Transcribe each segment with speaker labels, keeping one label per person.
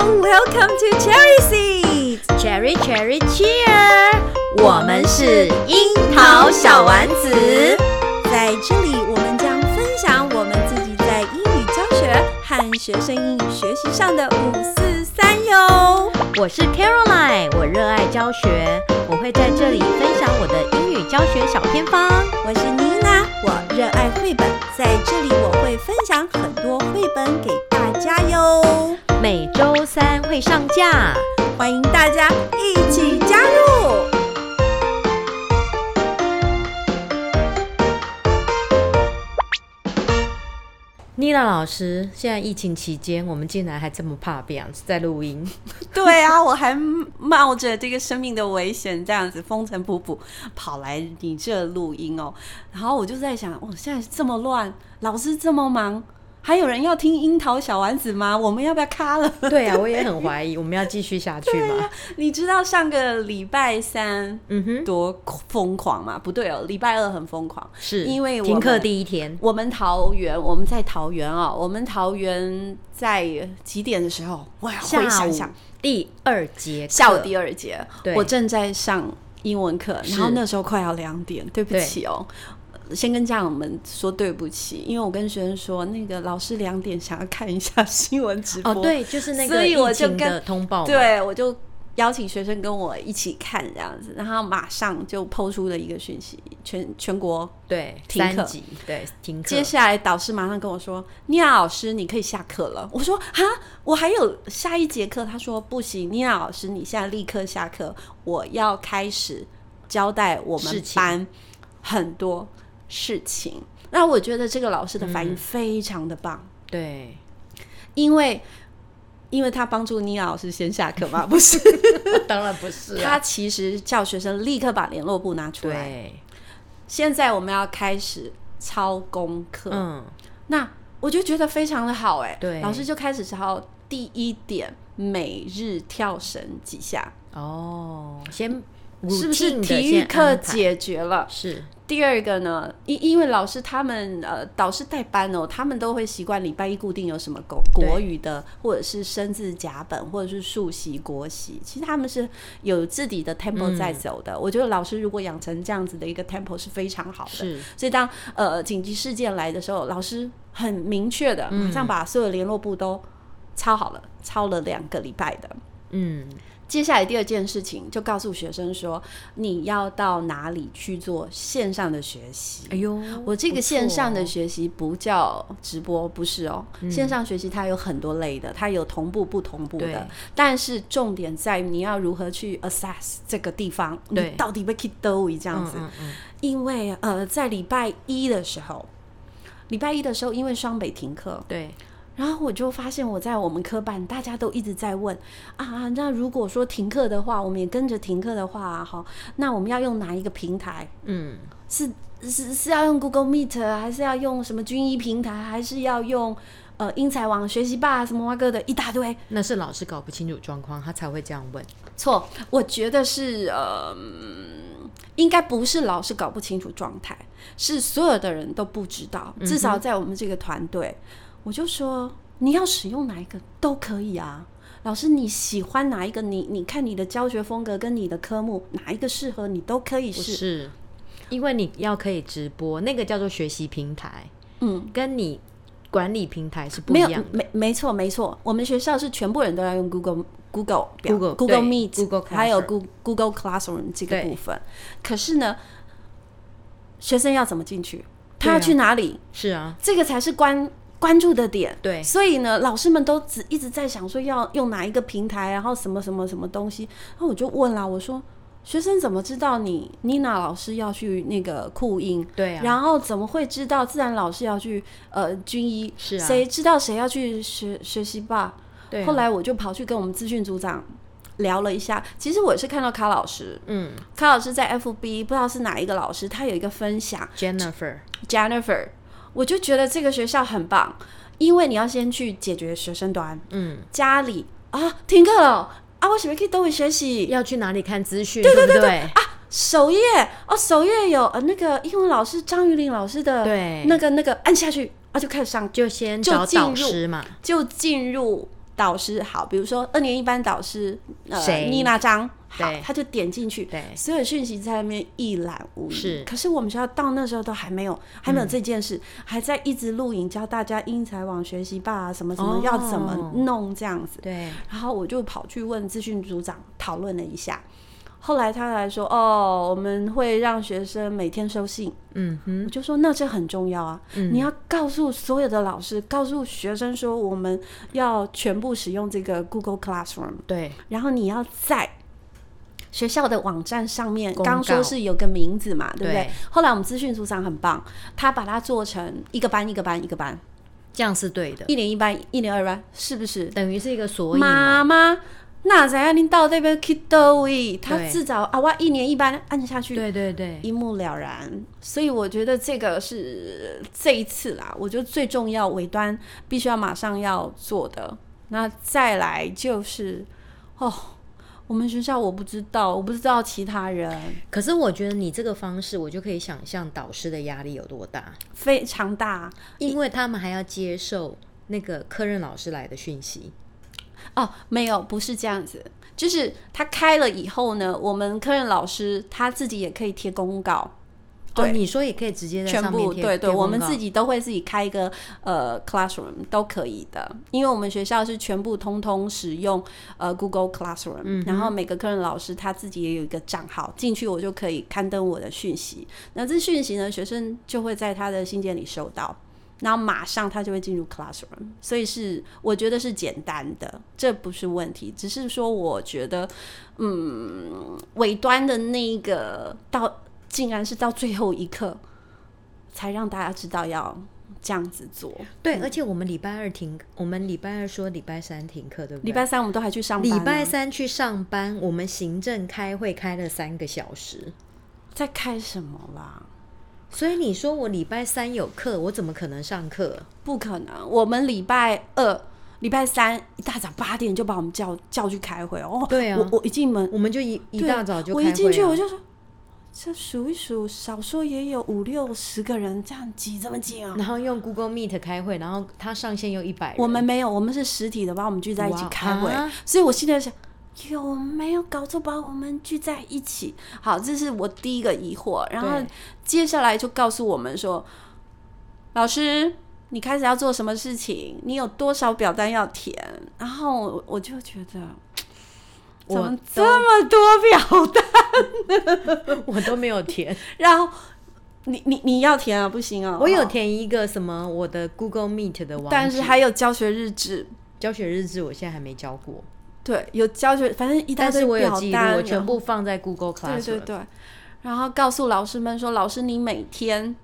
Speaker 1: Welcome to Cherry Seed，
Speaker 2: Cherry Cherry Cheer，
Speaker 1: 我们是樱桃小丸子。在这里我们将分享我们自己在英语教学和学生英语学习上的五四三哟。
Speaker 2: 我是 Caroline，我热爱教学，我会在这里分享我的英语教学小偏方。
Speaker 1: 我是妮娜，我热爱绘本，在这里我会分享很多绘本给大家哟，
Speaker 2: 每周三会上架。
Speaker 1: 欢迎大家一起加入。
Speaker 2: 妮娜老师，现在疫情期间，我们竟然还这么怕病，在录音。
Speaker 1: 对啊，我还冒着这个生命的危险，这样子风尘仆仆跑来你这录音哦。然后我就在想，哦，现在这么乱，老师这么忙，还有人要听樱桃小丸子吗？我们要不要卡了？
Speaker 2: 对啊，我也很怀疑，我们要继续下去 吗？
Speaker 1: 你知道上个礼拜三
Speaker 2: 嗯哼，
Speaker 1: 多疯狂吗？不对哦，礼拜二很疯狂。
Speaker 2: 是
Speaker 1: 因为我
Speaker 2: 停课
Speaker 1: 们
Speaker 2: 第一天，
Speaker 1: 我们桃园，我们在桃园哦，我们桃园在几点的时候？我要
Speaker 2: 下
Speaker 1: 回想
Speaker 2: 午
Speaker 1: 想，
Speaker 2: 第二节课，
Speaker 1: 下午第二节
Speaker 2: 对，
Speaker 1: 我正在上英文课，
Speaker 2: 是
Speaker 1: 然后那时候快要两点，对不起哦。先跟家长们说对不起，因为我跟学生说，那个老师两点想要看一下新闻直播，
Speaker 2: 哦，对，就是那
Speaker 1: 所
Speaker 2: 个
Speaker 1: 以我
Speaker 2: 疫
Speaker 1: 就
Speaker 2: 情
Speaker 1: 跟
Speaker 2: 的通报嘛，
Speaker 1: 对，我就邀请学生跟我一起看这样子，然后马上就抛出了一个讯息，全全国
Speaker 2: 对，
Speaker 1: 停课
Speaker 2: 三级，对，停课。
Speaker 1: 接下来导师马上跟我说：“妮娜老师，你可以下课了。”我 说：“哈，我还有下一节课。”他说：“不行，妮娜老师，你现在立刻下课，我要开始交代我
Speaker 2: 事
Speaker 1: 们
Speaker 2: 情
Speaker 1: 班很多事情。”那我觉得这个老师的反
Speaker 2: 嗯
Speaker 1: 应非常的棒，
Speaker 2: 对，
Speaker 1: 因为因为他帮助妮娜老师先下课嘛，不是？
Speaker 2: 当然不是啊、
Speaker 1: 他其实叫学生立刻把联络簿拿出来。
Speaker 2: 对，
Speaker 1: 现在我们要开始抄功课。
Speaker 2: 嗯，
Speaker 1: 那我就觉得非常的好哎、
Speaker 2: 对
Speaker 1: 老师就开始抄第一点，每日跳绳几下，
Speaker 2: 哦，先
Speaker 1: 是不
Speaker 2: routine
Speaker 1: 是
Speaker 2: 地
Speaker 1: 体育
Speaker 2: 先
Speaker 1: 课
Speaker 2: 安排
Speaker 1: 解决了？
Speaker 2: 是
Speaker 1: 第二个呢，因因为老师他们呃导师带班哦，他们都会习惯礼拜一固定有什么国
Speaker 2: 对
Speaker 1: 国语的，或者是生字甲本，或者是数习国习，其实他们是有自己的
Speaker 2: 嗯
Speaker 1: tempo 在走的。我觉得老师如果养成这样子的一个 tempo 是非常好的。
Speaker 2: 是
Speaker 1: 所以当呃紧急事件来的时候，老师很明确的
Speaker 2: 嗯
Speaker 1: 马上把所有联络簿都抄好了，抄了两个礼拜的。
Speaker 2: 嗯，
Speaker 1: 接下来第二件事情就告诉学生说，你要到哪里去做线上的学习。
Speaker 2: 哎呦，
Speaker 1: 我这
Speaker 2: 不
Speaker 1: 个
Speaker 2: 错
Speaker 1: 线上的
Speaker 2: 哦
Speaker 1: 学习不叫直播，不是哦。
Speaker 2: 嗯
Speaker 1: 线上学习它有很多类的，它有同步不同步
Speaker 2: 对
Speaker 1: 的，但是重点在于你要如何去 assess 这个地方，
Speaker 2: 对
Speaker 1: 你到底被 k i d 这样子。
Speaker 2: 嗯嗯
Speaker 1: 因为呃，在礼拜一的时候，礼拜一的时候，因为双北停课
Speaker 2: 嗯，，对，
Speaker 1: 然后我就发现我在我们科办，大家都一直在问啊，那如果说停课的话，我们也跟着停课的话，哈，那我们要用哪一个平台？
Speaker 2: 嗯，
Speaker 1: 是是是要用 Google Meet，还是要用什么军医平台，还是要用呃英才网、学习吧什么哇哥的一大堆？
Speaker 2: 那是老师搞不清楚状况，他才会这样问。
Speaker 1: 错，我觉得是呃，应该不是老师搞不清楚状态，是所有的人都不知道。至少在我们这个团队，我就说你要使用哪一个都可以啊。老师，你喜欢哪一个？你你看你的教学风格跟你的科目哪一个适合你都可以
Speaker 2: 不
Speaker 1: 试。
Speaker 2: 是，因为你要可以直播，那个叫做学习平台，
Speaker 1: 嗯，
Speaker 2: 跟你管理平台是不
Speaker 1: 没
Speaker 2: 一
Speaker 1: 有
Speaker 2: 样的。
Speaker 1: 没没错没错，我们学校是全部人都要用 Google Google 表
Speaker 2: Google，
Speaker 1: Google
Speaker 2: 对
Speaker 1: Meet
Speaker 2: Google
Speaker 1: 还有
Speaker 2: Classroom
Speaker 1: Google Google Classroom 这个
Speaker 2: 对
Speaker 1: 部分。可是呢，学生要怎么进去？他
Speaker 2: 对
Speaker 1: 要
Speaker 2: 啊
Speaker 1: 去哪里？
Speaker 2: 是啊，
Speaker 1: 这个才是关关注的点。
Speaker 2: 对
Speaker 1: 所以呢，老师们都只一直在想说要用哪一个平台，然后什么什么什么东西。然后我就问啦，我说学生怎么知道你妮娜老师要去那个酷音？
Speaker 2: 对啊，
Speaker 1: 然后怎么会知道自然老师要去呃军医？
Speaker 2: 是啊
Speaker 1: 谁知道谁要去学学习吧？
Speaker 2: 对啊
Speaker 1: 后来我就跑去跟我们资讯组长聊了一下，其实我是看到卡老师，
Speaker 2: 嗯
Speaker 1: 卡老师在 FB 不知道是哪一个老师，他有一个分享
Speaker 2: ，Jennifer，
Speaker 1: Jennifer，我就觉得这个学校很棒，因为你要先去解决学生端，
Speaker 2: 嗯，
Speaker 1: 家里啊停课了啊，我什么可以都会学习，
Speaker 2: 要去哪里看资讯？对对对对，
Speaker 1: 首页哦，首页有呃那个英文老师张玉玲老师的
Speaker 2: 对嗯
Speaker 1: 那个那个按下去啊，就开始上
Speaker 2: 就先
Speaker 1: 就
Speaker 2: 找
Speaker 1: 进
Speaker 2: 导
Speaker 1: 入
Speaker 2: 师嘛，
Speaker 1: 就进入导师好，比如说二年一班导师呃
Speaker 2: 谁
Speaker 1: 妮娜张，好
Speaker 2: 对，
Speaker 1: 他就点进去，
Speaker 2: 对
Speaker 1: 所有讯息在那边一览无遗。
Speaker 2: 是嗯
Speaker 1: 可是我们学校到那时候都还没有，还没有这件事，还在一直录影教大家英才网学习吧、啊，什么什么、
Speaker 2: 哦
Speaker 1: 要怎么弄这样子。
Speaker 2: 对，
Speaker 1: 然后我就跑去问资讯组长讨论了一下，后来他来说，哦，我们会让学生每天收信。
Speaker 2: 嗯哼，嗯
Speaker 1: 我就说那这很重要啊，你要告诉所有的老师，告诉学生说我们要全部使用这个 Google Classroom，
Speaker 2: 对，
Speaker 1: 然后你要在学校的网站上面，
Speaker 2: 公
Speaker 1: 刚说
Speaker 2: 告
Speaker 1: 是有个名字嘛，对不对？
Speaker 2: 对
Speaker 1: 后来我们资讯组长很棒，他把它做成一个班一个班一个班，
Speaker 2: 这样是对的，
Speaker 1: 一年一班，一年二班，是不是？
Speaker 2: 等于是一个所以嘛，
Speaker 1: 妈妈，那怎样？您到这边去到位，他
Speaker 2: 对
Speaker 1: 至少啊，我一年一班按下去，
Speaker 2: 对对对，
Speaker 1: 一目了然。所以我觉得这个是这一次啦，我觉得最重要尾端必须要马上要做的。那再来就是哦，我们学校我不知道，我不知道其他人
Speaker 2: 可是我觉得你这个方式，我就可以想象导师的压力有多大，
Speaker 1: 非常大
Speaker 2: 因为他们还要接受那个科任老师来的讯息。
Speaker 1: 哦，没有，不是这样子。就是他开了以后呢，我们科任老师他自己也可以贴公告，
Speaker 2: 哦，你说也可以直接在
Speaker 1: 全
Speaker 2: 上面
Speaker 1: 部
Speaker 2: 贴，
Speaker 1: 对对，
Speaker 2: 贴
Speaker 1: 我们
Speaker 2: 公告
Speaker 1: 自己都会自己开一个呃 classroom 都可以的，因为我们学校是全部通通使用呃 Google Classroom，、然
Speaker 2: 嗯
Speaker 1: 后每个课任老师他自己也有一个账号，进去我就可以刊登我的讯息。那这讯息呢，学生就会在他的信件里收到。然后马上他就会进入 classroom，所以是我觉得是简单的，这不是问题，只是说我觉得，嗯，尾端的那一个到竟然是到最后一刻，才让大家知道要这样子做。
Speaker 2: 对，而且我们礼拜二停，我们礼拜二说礼拜三停课，对不对？
Speaker 1: 礼拜三我们都还去上班、啊，
Speaker 2: 礼拜三去上班，我们行政开会开了三个小时，
Speaker 1: 在开什么啦？
Speaker 2: 所以你说我礼拜三有课，我怎么可能上课？
Speaker 1: 不可能，我们礼拜二、礼拜三一大早八点就把我们叫叫去开会哦。
Speaker 2: 对啊
Speaker 1: 我我一进门
Speaker 2: 我们就一一
Speaker 1: 对
Speaker 2: 大早就
Speaker 1: 我
Speaker 2: 开会、啊，
Speaker 1: 一进去我就说，这数一数，少说也有五六十个人，这样挤这么挤啊？
Speaker 2: 然后用 Google Meet 开会，然后它上限又一百人，
Speaker 1: 我们没有，我们是实体的，把我们聚在一起
Speaker 2: 哇
Speaker 1: 开会，
Speaker 2: 啊
Speaker 1: 所以我现在想。有没有搞错？把我们聚在一起？好，这是我第一个疑惑。然后
Speaker 2: 对
Speaker 1: 接下来就告诉我们说，老师，你开始要做什么事情？你有多少表单要填？然后我我就觉得，怎
Speaker 2: 我
Speaker 1: 么这
Speaker 2: 都
Speaker 1: 么多表单？
Speaker 2: 我都没有填，
Speaker 1: 然后你你你要填啊？不行啊！
Speaker 2: 我有
Speaker 1: 哦，
Speaker 2: 填一个什么我的 Google Meet 的网址，
Speaker 1: 但是还有教学日志，
Speaker 2: 教学日志我现在还没交过，
Speaker 1: 对，有教学，反正一大
Speaker 2: 但
Speaker 1: 堆
Speaker 2: 是我有
Speaker 1: 表
Speaker 2: 记录，
Speaker 1: 单，
Speaker 2: 我
Speaker 1: 然
Speaker 2: 全部放在 Google
Speaker 1: 对
Speaker 2: Classroom。
Speaker 1: 对对，然后告诉老师们说，老师你每天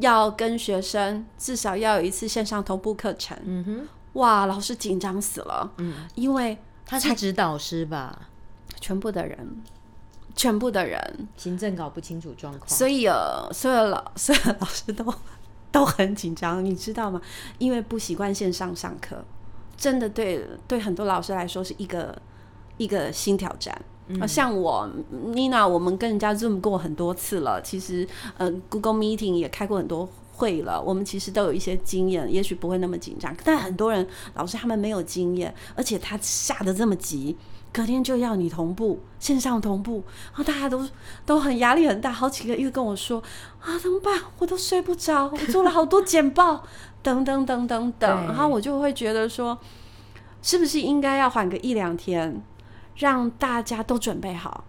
Speaker 1: 要跟学生至少要有一次线上同步课程。
Speaker 2: 嗯哼，
Speaker 1: 哇，老师紧张死了，
Speaker 2: 嗯，
Speaker 1: 因为
Speaker 2: 他是指导师吧？
Speaker 1: 全部的人，全部的人，
Speaker 2: 行政搞不清楚状况，
Speaker 1: 所以呃，所有老 所有老师都都很紧张，你知道吗？因为不习惯线上上课，真的对对很多老师来说是一个一个新挑战。呃像我 Nina，我们跟人家 Zoom 过很多次了，其实呃 Google Meeting 也开过很多。会了，我们其实都有一些经验，也许不会那么紧张。但很多人老师他们没有经验，而且他下的这么急，隔天就要你同步线上同步，然后大家都都很压力很大，好几个又跟我说啊怎么办？我都睡不着，我做了好多简报，等等等等等。
Speaker 2: 对
Speaker 1: 然后我就会觉得说，是不是应该要缓个一两天，让大家都准备好？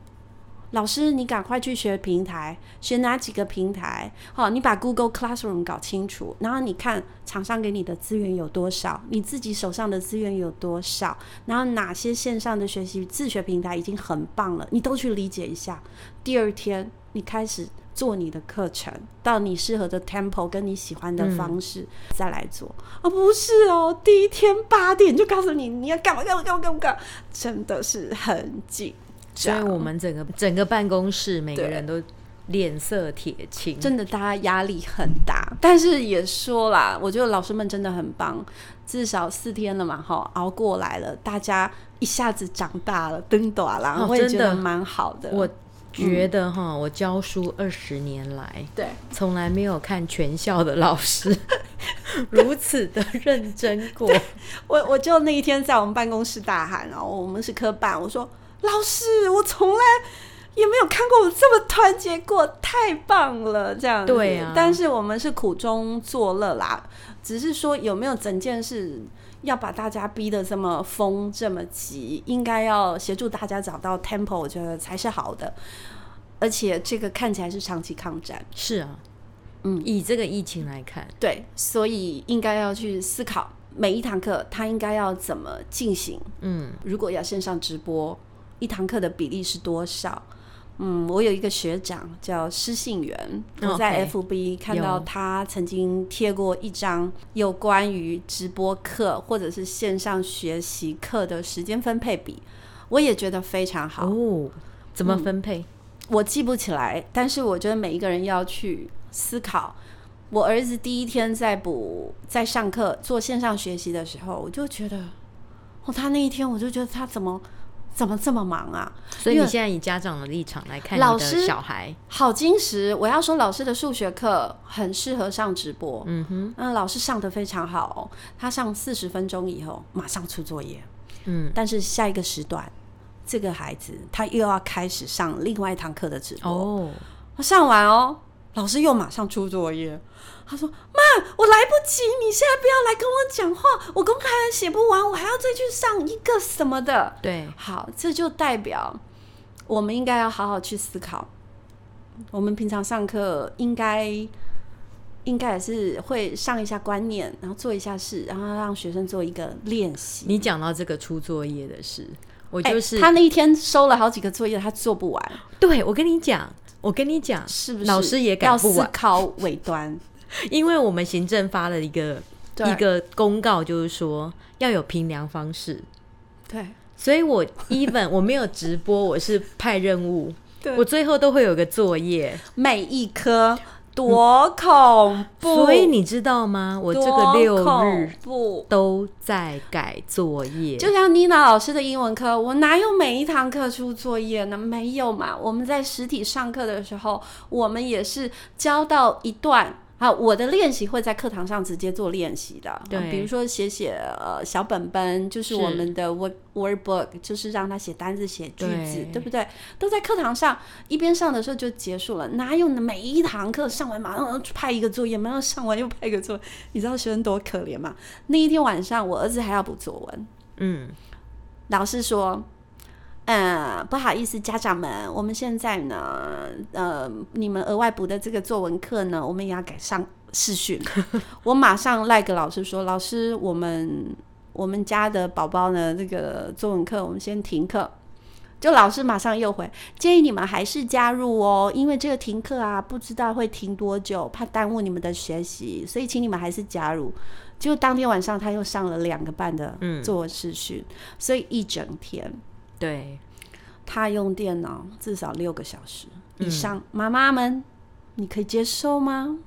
Speaker 1: 老师，你赶快去学平台，学哪几个平台？好，你把 Google Classroom 搞清楚，然后你看厂商给你的资源有多少，你自己手上的资源有多少，然后哪些线上的学习自学平台已经很棒了，你都去理解一下。第二天，你开始做你的课程，到你适合的 tempo 跟你喜欢的方式、再来做。啊，不是哦，第一天八点就告诉你你要干嘛干嘛干嘛干嘛干嘛，真的是很紧
Speaker 2: 所以
Speaker 1: 张。
Speaker 2: 我们整个整个办公室每个
Speaker 1: 对
Speaker 2: 人都脸色铁青，
Speaker 1: 真的嗯大家压力很大，但是也说啦，我觉得老师们真的很棒，至少四天了嘛，哈，熬过来了，大家一下子长大了，登短啦，
Speaker 2: 哦
Speaker 1: 我也
Speaker 2: 真
Speaker 1: 觉
Speaker 2: 的
Speaker 1: 得蛮好的。
Speaker 2: 我觉得哈，我教书二十年来，
Speaker 1: 对，
Speaker 2: 从来没有看全校的老师 如此的认真过。
Speaker 1: 我我就那一天在我们办公室大喊，然后我们是科办，我说老师，我从来也没有看过我这么团结过，太棒了，这样子
Speaker 2: 对啊
Speaker 1: 但是我们是苦中作乐啦，只是说有没有整件事。要把大家逼得这么疯这么急，应该要协助大家找到 tempo，我觉得才是好的。而且这个看起来是长期抗战，
Speaker 2: 是啊，
Speaker 1: 嗯，
Speaker 2: 以这个疫情来看，
Speaker 1: 对，所以应该要去思考每一堂课它应该要怎么进行。
Speaker 2: 嗯，
Speaker 1: 如果要线上直播，一堂课的比例是多少？嗯，我有一个学长叫施信元，
Speaker 2: 哦
Speaker 1: 我在
Speaker 2: OK，
Speaker 1: FB 看到
Speaker 2: 有
Speaker 1: 他曾经贴过一张有关于直播课或者是线上学习课的时间分配比，我也觉得非常好。嗯
Speaker 2: 哦，怎么分配？
Speaker 1: 我记不起来，但是我觉得每一个人要去思考。我儿子第一天在补在上课做线上学习的时候，我就觉得，哦，他那一天我就觉得他怎么怎么这么忙啊，
Speaker 2: 所以你现在以家长的立场来看你
Speaker 1: 老
Speaker 2: 的
Speaker 1: 师
Speaker 2: 小孩，
Speaker 1: 好矜持。我要说，老师的数学课很适合上直播。嗯哼，那老师上的非常好哦、他上四十分钟以后马上出作业。
Speaker 2: 嗯，
Speaker 1: 但是下一个时段，这个孩子他又要开始上另外一堂课的直播。
Speaker 2: 哦，
Speaker 1: 我上完哦，老师又马上出作业。他说：“妈，我来不及，你现在不要来跟我讲话，我功课还写不完，我还要再去上一个什么的。
Speaker 2: 对”，
Speaker 1: 好，这就代表我们应该要好好去思考，我们平常上课应该应该也是会上一下观念，然后做一下事，然后让学生做一个练习。
Speaker 2: 你讲到这个出作业的事，我
Speaker 1: 哎
Speaker 2: 就是、
Speaker 1: 他那一天收了好几个作业，他做不完，
Speaker 2: 对我跟你讲，我跟你讲，
Speaker 1: 是不是？
Speaker 2: 老师也
Speaker 1: 要
Speaker 2: 赶不
Speaker 1: 思
Speaker 2: 完，
Speaker 1: 考尾 端，
Speaker 2: 因为我们行政发了一个
Speaker 1: 对
Speaker 2: 一个公告，就是说要有评量方式，
Speaker 1: 对
Speaker 2: 所 以我 even 我没有直播，我是派任务，
Speaker 1: 对
Speaker 2: 我最后都会有个作业，
Speaker 1: 每一颗多恐怖！
Speaker 2: 所以你知道吗？我这个六
Speaker 1: 多
Speaker 2: 日
Speaker 1: 恐怖，
Speaker 2: 都在改作业，
Speaker 1: 就像妮娜老师的英文课，我哪有每一堂课出作业呢？没有嘛。我们在实体上课的时候，我们也是教到一段。啊，我的练习会在课堂上直接做练习的，
Speaker 2: 对
Speaker 1: 比如说写写呃小本本，就是
Speaker 2: 是
Speaker 1: 我们的 word word book，就是让他写单字、写句子，
Speaker 2: 对
Speaker 1: 对不对？都在课堂上一边上的时候就结束了，哪有每一堂课上完马上呃派一个作业，马上上完又派一个作业？你知道学生多可怜吗？那一天晚上，我儿子还要补作文，
Speaker 2: 嗯，
Speaker 1: 老师说，呃，不好意思，家长们，我们现在呢，呃，你们额外补的这个作文课呢，我们也要改上视讯。 我马上赖给老师说，老师，我们我们家的宝宝呢，这个作文课我们先停课。就老师马上又回，建议你们还是加入哦，因为这个停课啊，不知道会停多久，怕耽误你们的学习，所以请你们还是加入。就当天晚上他又上了两个半的
Speaker 2: 嗯
Speaker 1: 作文视讯，所以一整天
Speaker 2: 对，
Speaker 1: 他用电脑至少六个小时
Speaker 2: 嗯
Speaker 1: 以上。妈妈们，你可以接受吗？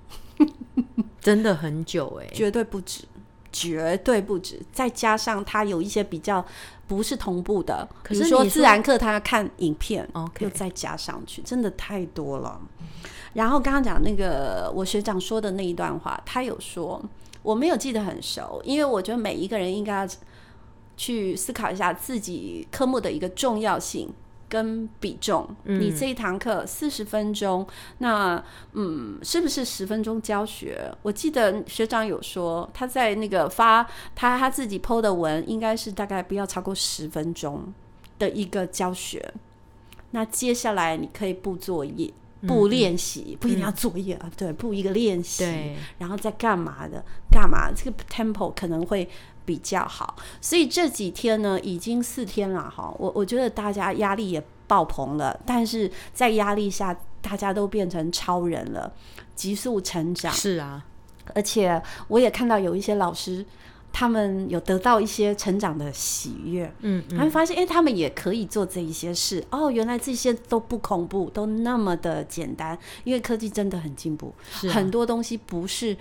Speaker 2: 真的很久哎、
Speaker 1: 绝对不止，绝对不止。再加上他有一些比较不是同步的，
Speaker 2: 可
Speaker 1: 比
Speaker 2: 是
Speaker 1: 如
Speaker 2: 你
Speaker 1: 说
Speaker 2: 说
Speaker 1: 自然课他要看影片
Speaker 2: OK
Speaker 1: 又再加上去，真的太多了。然后刚刚讲那个我学长说的那一段话，他有说我没有记得很熟，因为我觉得每一个人应该要去思考一下自己科目的一个重要性。跟比重，
Speaker 2: 嗯
Speaker 1: 你这一堂课四十分钟，那嗯，是不是十分钟教学？我记得学长有说，他在那个发他他自己 PO 的文，应该是大概不要超过十分钟的一个教学。那接下来你可以布作业、布练习，不一定要作业啊，对，布一个练习。
Speaker 2: 对，
Speaker 1: 然后再干嘛的干嘛，这个 tempo 可能会比较好。所以这几天呢，已经四天了哈，我我觉得大家压力也爆棚了，但是在压力下，大家都变成超人了，急速成长。
Speaker 2: 是啊，
Speaker 1: 而且我也看到有一些老师，他们有得到一些成长的喜悦，
Speaker 2: 嗯
Speaker 1: 他们发现，哎、他们也可以做这一些事。哦，原来这些都不恐怖，都那么的简单，因为科技真的很进步。
Speaker 2: 是啊
Speaker 1: 很多东西不是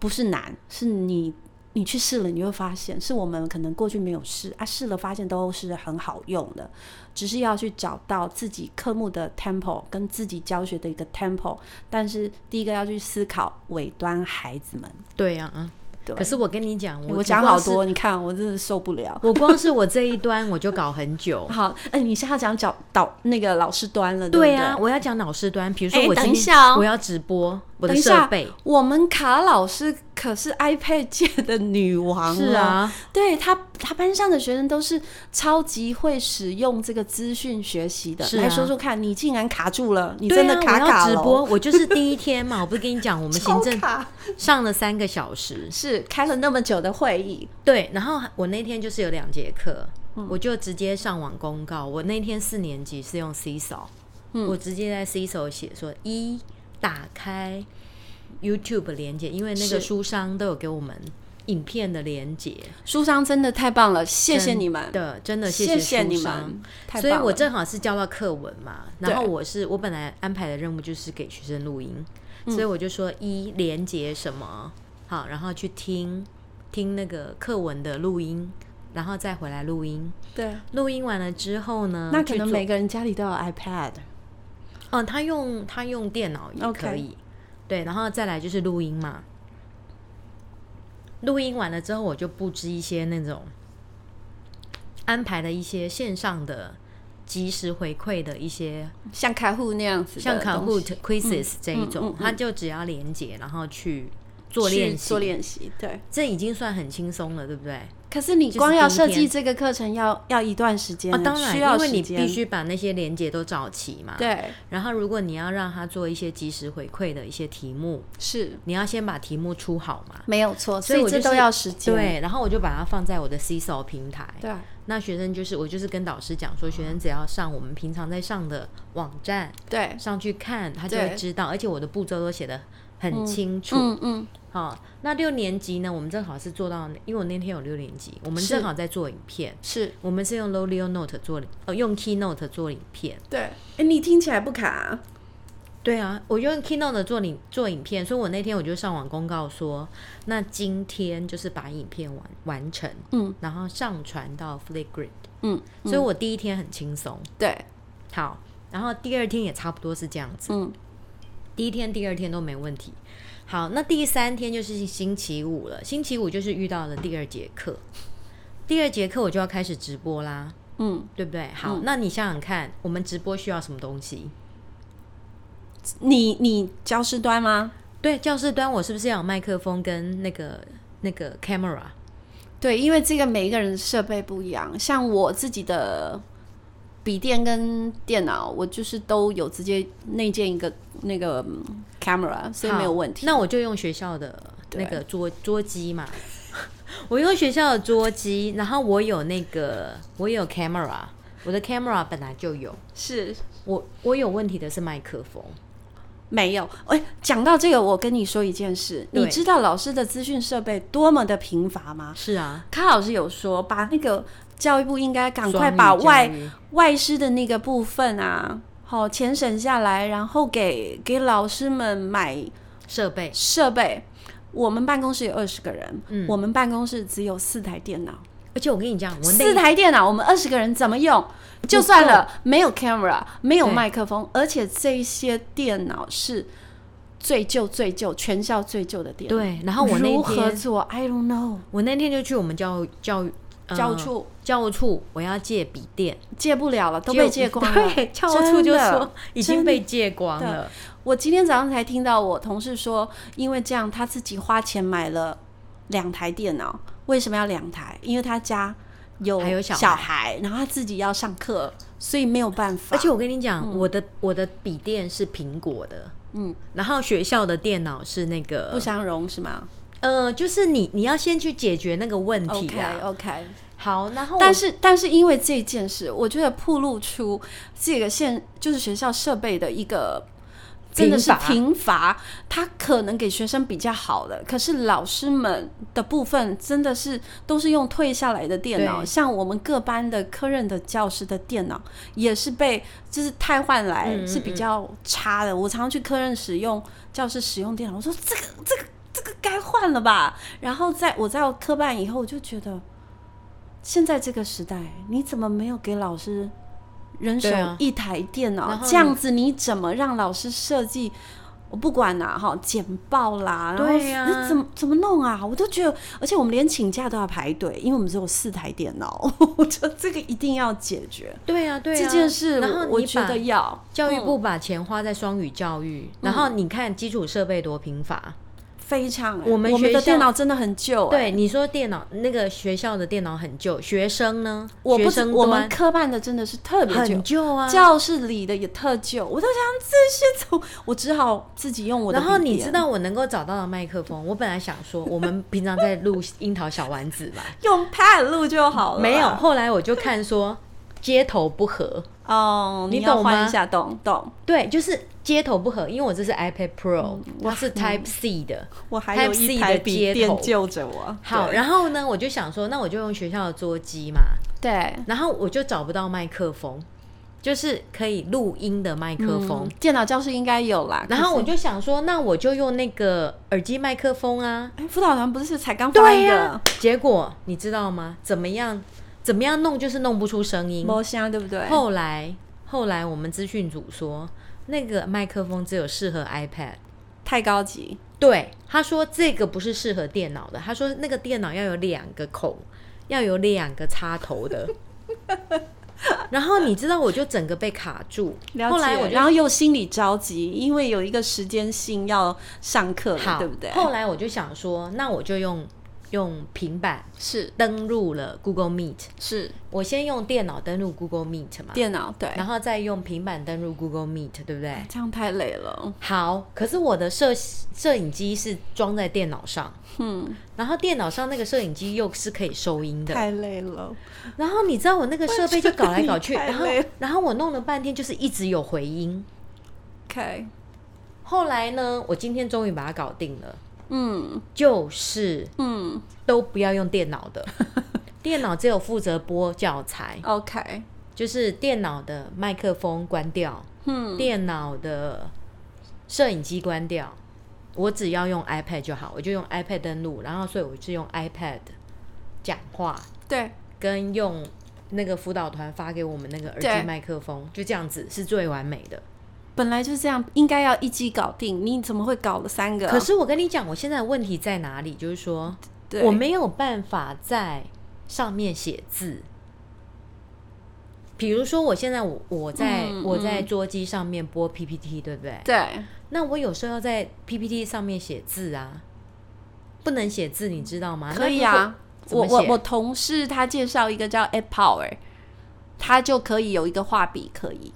Speaker 1: 不是难，是你你去试了，你会发现是我们可能过去没有试啊，试了发现都是很好用的，只是要去找到自己科目的 tempo 跟自己教学的一个 tempo。但是第一个要去思考尾端孩子们，
Speaker 2: 对呀、啊，
Speaker 1: 对
Speaker 2: 可是我跟你讲，
Speaker 1: 我
Speaker 2: 我
Speaker 1: 讲好
Speaker 2: 光是
Speaker 1: 多，你看我真的受不了。。
Speaker 2: 我光是我 这一端我就搞很久
Speaker 1: 好，哎、你现在讲导导那个老师端了，
Speaker 2: 对
Speaker 1: 不
Speaker 2: 啊，我要讲老师端，比如说
Speaker 1: 哎
Speaker 2: 我今
Speaker 1: 等一
Speaker 2: 天
Speaker 1: 下哦
Speaker 2: 我要直播我的
Speaker 1: 等一
Speaker 2: 设
Speaker 1: 下
Speaker 2: 备，
Speaker 1: 我们卡老师可是 iPad 界的女王
Speaker 2: 是
Speaker 1: 了，
Speaker 2: 啊，
Speaker 1: 对她，她班上的学生都是超级会使用这个资讯学习的。
Speaker 2: 是啊
Speaker 1: 来说说看，你竟然卡住了，你
Speaker 2: 对
Speaker 1: 真的
Speaker 2: 啊
Speaker 1: 卡
Speaker 2: 我要
Speaker 1: 卡
Speaker 2: 直
Speaker 1: 了。哦
Speaker 2: 播，我就是第一天嘛，我不是跟你讲， 我们行
Speaker 1: 超
Speaker 2: 政
Speaker 1: 卡
Speaker 2: 上了三个小时，
Speaker 1: 是开了那么久的会议，
Speaker 2: 对，然后我那天就是有两节课，
Speaker 1: 嗯
Speaker 2: 我就直接上网公告。我那天四年级是用 C 手、
Speaker 1: 嗯
Speaker 2: 我直接在 C 手写说一打开 YouTube 连接，因为那个
Speaker 1: 是
Speaker 2: 书商都有给我们影片的连接。
Speaker 1: 书商真的太棒了，谢谢你们，
Speaker 2: 的，真的
Speaker 1: 谢
Speaker 2: 谢
Speaker 1: 你
Speaker 2: 书商
Speaker 1: 们，太
Speaker 2: 所以
Speaker 1: 棒
Speaker 2: 我
Speaker 1: 了。
Speaker 2: 正好是教到课文嘛，然后
Speaker 1: 对嗯
Speaker 2: 我是我本来安排的任务就是给学生录音，所以我就说一连接什么好，然后去听听那个课文的录音，然后再回来录音。
Speaker 1: 对，
Speaker 2: 录音完了之后呢，
Speaker 1: 那可
Speaker 2: 嗯去
Speaker 1: 能
Speaker 2: 做
Speaker 1: 每个人家里都有 iPad，
Speaker 2: 哦，他用他用电脑也
Speaker 1: OK
Speaker 2: 可以对，然后再来就是录音嘛。录音完了之后，我就布置一些那种安排了一些线上的及时回馈的一些
Speaker 1: 像卡户那样子的
Speaker 2: 像
Speaker 1: 东西
Speaker 2: Kahoot、Quizzes 这一
Speaker 1: 嗯
Speaker 2: 种
Speaker 1: 嗯，
Speaker 2: 他就只要连接，然后去做
Speaker 1: 去
Speaker 2: 练
Speaker 1: 做
Speaker 2: 习，
Speaker 1: 练习，对。
Speaker 2: 这已经算很轻松了，对不对？
Speaker 1: 可是你
Speaker 2: 就是
Speaker 1: 光要
Speaker 2: 第一
Speaker 1: 设计
Speaker 2: 天
Speaker 1: 这个课程要要一段时间
Speaker 2: 啊，
Speaker 1: 呢，
Speaker 2: 当
Speaker 1: 嗯
Speaker 2: 然，
Speaker 1: 需要
Speaker 2: 因为
Speaker 1: 时
Speaker 2: 你
Speaker 1: 间
Speaker 2: 必须把那些连接都找齐嘛。
Speaker 1: 对
Speaker 2: 然后，如果你要让他做一些及时回馈的一些题目，
Speaker 1: 是
Speaker 2: 你要先把题目出好嘛。
Speaker 1: 没有错，所
Speaker 2: 以
Speaker 1: 以
Speaker 2: 我
Speaker 1: 这
Speaker 2: 就是
Speaker 1: 都要时间。
Speaker 2: 对，然后我就把它放在我的 C s o 平台。
Speaker 1: 对啊
Speaker 2: 那学生就是我就是跟导师讲说，学生只要上我们平常在上的网站
Speaker 1: 对，
Speaker 2: 上去看，他就会
Speaker 1: 对
Speaker 2: 知道，而且我的步骤都写的很清楚。
Speaker 1: 嗯嗯，
Speaker 2: 好、那六年级呢，我们正好是做到，因为我那天有六年级，我们
Speaker 1: 是
Speaker 2: 正好在做影片，
Speaker 1: 是
Speaker 2: 我们是用 Lolio Note 做，呃，用 Keynote 做影片。
Speaker 1: 对。哎、你听起来不卡、啊，
Speaker 2: 对啊，我用 Keynote 做影做影片，所以我那天我就上网公告说，那今天就是把影片完完成，
Speaker 1: 嗯，
Speaker 2: 然后上传到 Flickr，
Speaker 1: 嗯，
Speaker 2: 所以我第一天很轻松，
Speaker 1: 对，
Speaker 2: 好，然后第二天也差不多是这样子，
Speaker 1: 嗯，
Speaker 2: 第一天、第二天都没问题。好，那第三天就是星期五了，星期五就是遇到了第二节课，第二节课我就要开始直播啦，
Speaker 1: 嗯，
Speaker 2: 对不对？好，那你想想看，我们直播需要什么东西？
Speaker 1: 你你教师端吗？
Speaker 2: 对，教室端我是不是要有麦克风跟那个那个 camera？
Speaker 1: 对，因为这个每一个人的设备不一样，像我自己的笔电跟电脑，我就是都有直接内建一个那个嗯 camera，所以没有问题。
Speaker 2: 那我就用学校的
Speaker 1: 对
Speaker 2: 那个桌桌机嘛， 我用学校的桌机，然后我有那个我有 camera，我的 camera 本来就有，
Speaker 1: 是
Speaker 2: 我我有问题的是麦克风，
Speaker 1: 没有，哎，讲到这个，我跟你说一件事，
Speaker 2: 对
Speaker 1: 你知道老师的资讯设备多么的贫乏吗？
Speaker 2: 是啊，
Speaker 1: 卡老师有说，把那个教育部应该赶快
Speaker 2: 双语
Speaker 1: 把
Speaker 2: 教
Speaker 1: 外
Speaker 2: 育
Speaker 1: 外师的那个部分啊，好、钱省下来，然后给给老师们买
Speaker 2: 设备
Speaker 1: 设备。我们办公室有二十个人，
Speaker 2: 嗯
Speaker 1: 我们办公室只有四台电脑，
Speaker 2: 而且我跟你讲，我
Speaker 1: 四
Speaker 2: 那
Speaker 1: 台电脑，我们二十个人怎么用？就算了，没有 camera，没有
Speaker 2: 对
Speaker 1: 麦克风，而且这些电脑是最旧、最旧、全校最旧的电脑。
Speaker 2: 对，然后我那
Speaker 1: 如何
Speaker 2: 天
Speaker 1: 做？I don't know。
Speaker 2: 我那天就去我们教育教育、呃
Speaker 1: 教务处
Speaker 2: 教务处，我要借笔电，
Speaker 1: 借不了了，都被借光了。
Speaker 2: 对，教务处就
Speaker 1: 真的
Speaker 2: 说已经被借光
Speaker 1: 真
Speaker 2: 了，
Speaker 1: 我今天早上才听到我同事说，因为这样他自己花钱买了两台电脑。为什么要两台？因为他家有
Speaker 2: 还有小
Speaker 1: 小
Speaker 2: 孩
Speaker 1: 孩然后他自己要上课，所以没有办法。
Speaker 2: 而且我跟你讲，
Speaker 1: 嗯
Speaker 2: 我的我的笔电是苹果的，嗯，然后学校的电脑是那
Speaker 1: 不
Speaker 2: 个，
Speaker 1: 相容是吗
Speaker 2: 呃，就是你你要先去解决那个问题
Speaker 1: ？OK
Speaker 2: 啊。
Speaker 1: OK。
Speaker 2: 好，然后我
Speaker 1: 但是但是因为这件事，我觉得暴露出这个现就是学校设备的一个。真的是
Speaker 2: 贫乏
Speaker 1: 贫乏，他可能给学生比较好的，可是老师们的部分真的是都是用退下来的电脑，
Speaker 2: 对
Speaker 1: 像我们各班的科任的教师的电脑也是被就是汰换来
Speaker 2: 嗯嗯
Speaker 1: 是比较差的。我常常去科任使用教师使用电脑，我说这个这个这个该换了吧？然后在我在科办以后，我就觉得，现在这个时代，你怎么没有给老师人手
Speaker 2: 对啊
Speaker 1: 一台电脑？
Speaker 2: 然后
Speaker 1: 这样子你怎么让老师设计？我不管啦、哈，简报啦，然后
Speaker 2: 对呀
Speaker 1: 你怎么怎么弄啊？我都觉得，而且我们连请假都要排队，因为我们只有四台电脑， 我觉得这个一定要解决。
Speaker 2: 对啊，对啊，
Speaker 1: 这件事
Speaker 2: 然后
Speaker 1: 我，
Speaker 2: 你
Speaker 1: 我觉
Speaker 2: 把
Speaker 1: 得要嗯
Speaker 2: 教育部把钱花在双语教育，然后你看基础设备多贫乏。
Speaker 1: 非常、欸
Speaker 2: 我们
Speaker 1: 我们
Speaker 2: 学
Speaker 1: 的
Speaker 2: 校
Speaker 1: 电脑真的很旧、哎
Speaker 2: 对，你说电脑那个学校的电脑很旧，学生呢？
Speaker 1: 我不
Speaker 2: 学
Speaker 1: 知
Speaker 2: 生
Speaker 1: 我们
Speaker 2: 端
Speaker 1: 科办的真的是特别
Speaker 2: 很
Speaker 1: 旧，
Speaker 2: 旧啊。
Speaker 1: 教室里的也特旧，我都想这些从我只好自己用我的。
Speaker 2: 然后你知，道我能够找到的麦克风，我本来想说我们平常在录樱桃小丸子嘛，
Speaker 1: 用 Pad 录就好了。
Speaker 2: 没有。后来我就看说街头不合，
Speaker 1: 哦，
Speaker 2: 你
Speaker 1: 你要
Speaker 2: 懂吗
Speaker 1: 换一下，懂懂。
Speaker 2: 对，就是街头不合，因为我这是 iPad Pro，它
Speaker 1: 嗯
Speaker 2: 是 Type C 的。
Speaker 1: 我还有
Speaker 2: Type C
Speaker 1: 一
Speaker 2: 的
Speaker 1: 台笔
Speaker 2: 接
Speaker 1: 电
Speaker 2: 头
Speaker 1: 救着我。
Speaker 2: 好，
Speaker 1: 对
Speaker 2: 然后呢，我就想说，那我就用学校的桌机嘛，
Speaker 1: 对，
Speaker 2: 然后我就找不到麦克风，就是可以录音的麦克风。
Speaker 1: 嗯电脑教室应该有啦。
Speaker 2: 然后
Speaker 1: 可
Speaker 2: 我
Speaker 1: 是，
Speaker 2: 就想说，那我就用那个耳机麦克风啊。
Speaker 1: 哎，辅导团不是才刚发一个
Speaker 2: 结果你知道吗？怎么样？怎么样弄就是弄不出声音。
Speaker 1: 摸箱，对不对？
Speaker 2: 后来，后来我们资讯组说，那个麦克风只有适合 iPad。
Speaker 1: 太高级，
Speaker 2: 对，他说这个不是适合电脑的，他说那个电脑要有两个孔，要有两个插头的。 然后你知道，我就整个被卡住。
Speaker 1: 了解。
Speaker 2: 后来我就
Speaker 1: 然后又心里着急，因为有一个时间性要上课了，
Speaker 2: 好，
Speaker 1: 对不对？
Speaker 2: 后来我就想说，那我就用用平板
Speaker 1: 是
Speaker 2: 登录了 Google Meet，
Speaker 1: 是
Speaker 2: 我先用电脑登录 Google Meet 嘛，
Speaker 1: 电脑对，哎
Speaker 2: 然后再用平板登录 Google Meet，对不对？
Speaker 1: 这样太累了。
Speaker 2: 好，可是我的摄摄影机是装在电脑上，
Speaker 1: 嗯，
Speaker 2: 然后电脑上那个摄影机又是可以收音的，
Speaker 1: 太累了。
Speaker 2: 然后你知道我那个设备就搞来搞去，
Speaker 1: 我觉得
Speaker 2: 然
Speaker 1: 你
Speaker 2: 后
Speaker 1: 太累了
Speaker 2: 然后我弄了半天就是一直有回音。
Speaker 1: OK，
Speaker 2: 后来呢，我今天终于把它搞定了，
Speaker 1: 嗯
Speaker 2: 就是
Speaker 1: 嗯
Speaker 2: 都不要用电脑的，电脑只有负责播教
Speaker 1: 哎
Speaker 2: 材，
Speaker 1: ，OK，
Speaker 2: 就是电脑的麦克风关掉，
Speaker 1: 嗯，
Speaker 2: 电脑的摄影机关掉，我只要用 iPad 就好，我就用 iPad 登录，然后所以我是用 iPad 讲话，
Speaker 1: 对，
Speaker 2: 跟用那个辅导团发给我们那个耳
Speaker 1: 对
Speaker 2: 机麦克风，就这样子是最完美的。
Speaker 1: 本来就这样，应该要一机搞定，你怎么会搞了三个？
Speaker 2: 可是我跟你讲，我现在的问题在哪里？就是说
Speaker 1: 对
Speaker 2: 我没有办法在上面写字。比如说，我现在我我在、
Speaker 1: 嗯
Speaker 2: 我在桌机上面播 PPT，对不对？
Speaker 1: 对
Speaker 2: 那我有时候要在 PPT 上面写字啊，不能写字，你知道吗？
Speaker 1: 可以啊。
Speaker 2: 那如
Speaker 1: 我
Speaker 2: 果，
Speaker 1: 我
Speaker 2: 怎么
Speaker 1: 我
Speaker 2: 写
Speaker 1: 同事他介绍一个叫 App Power，他就可以有一个画笔可以。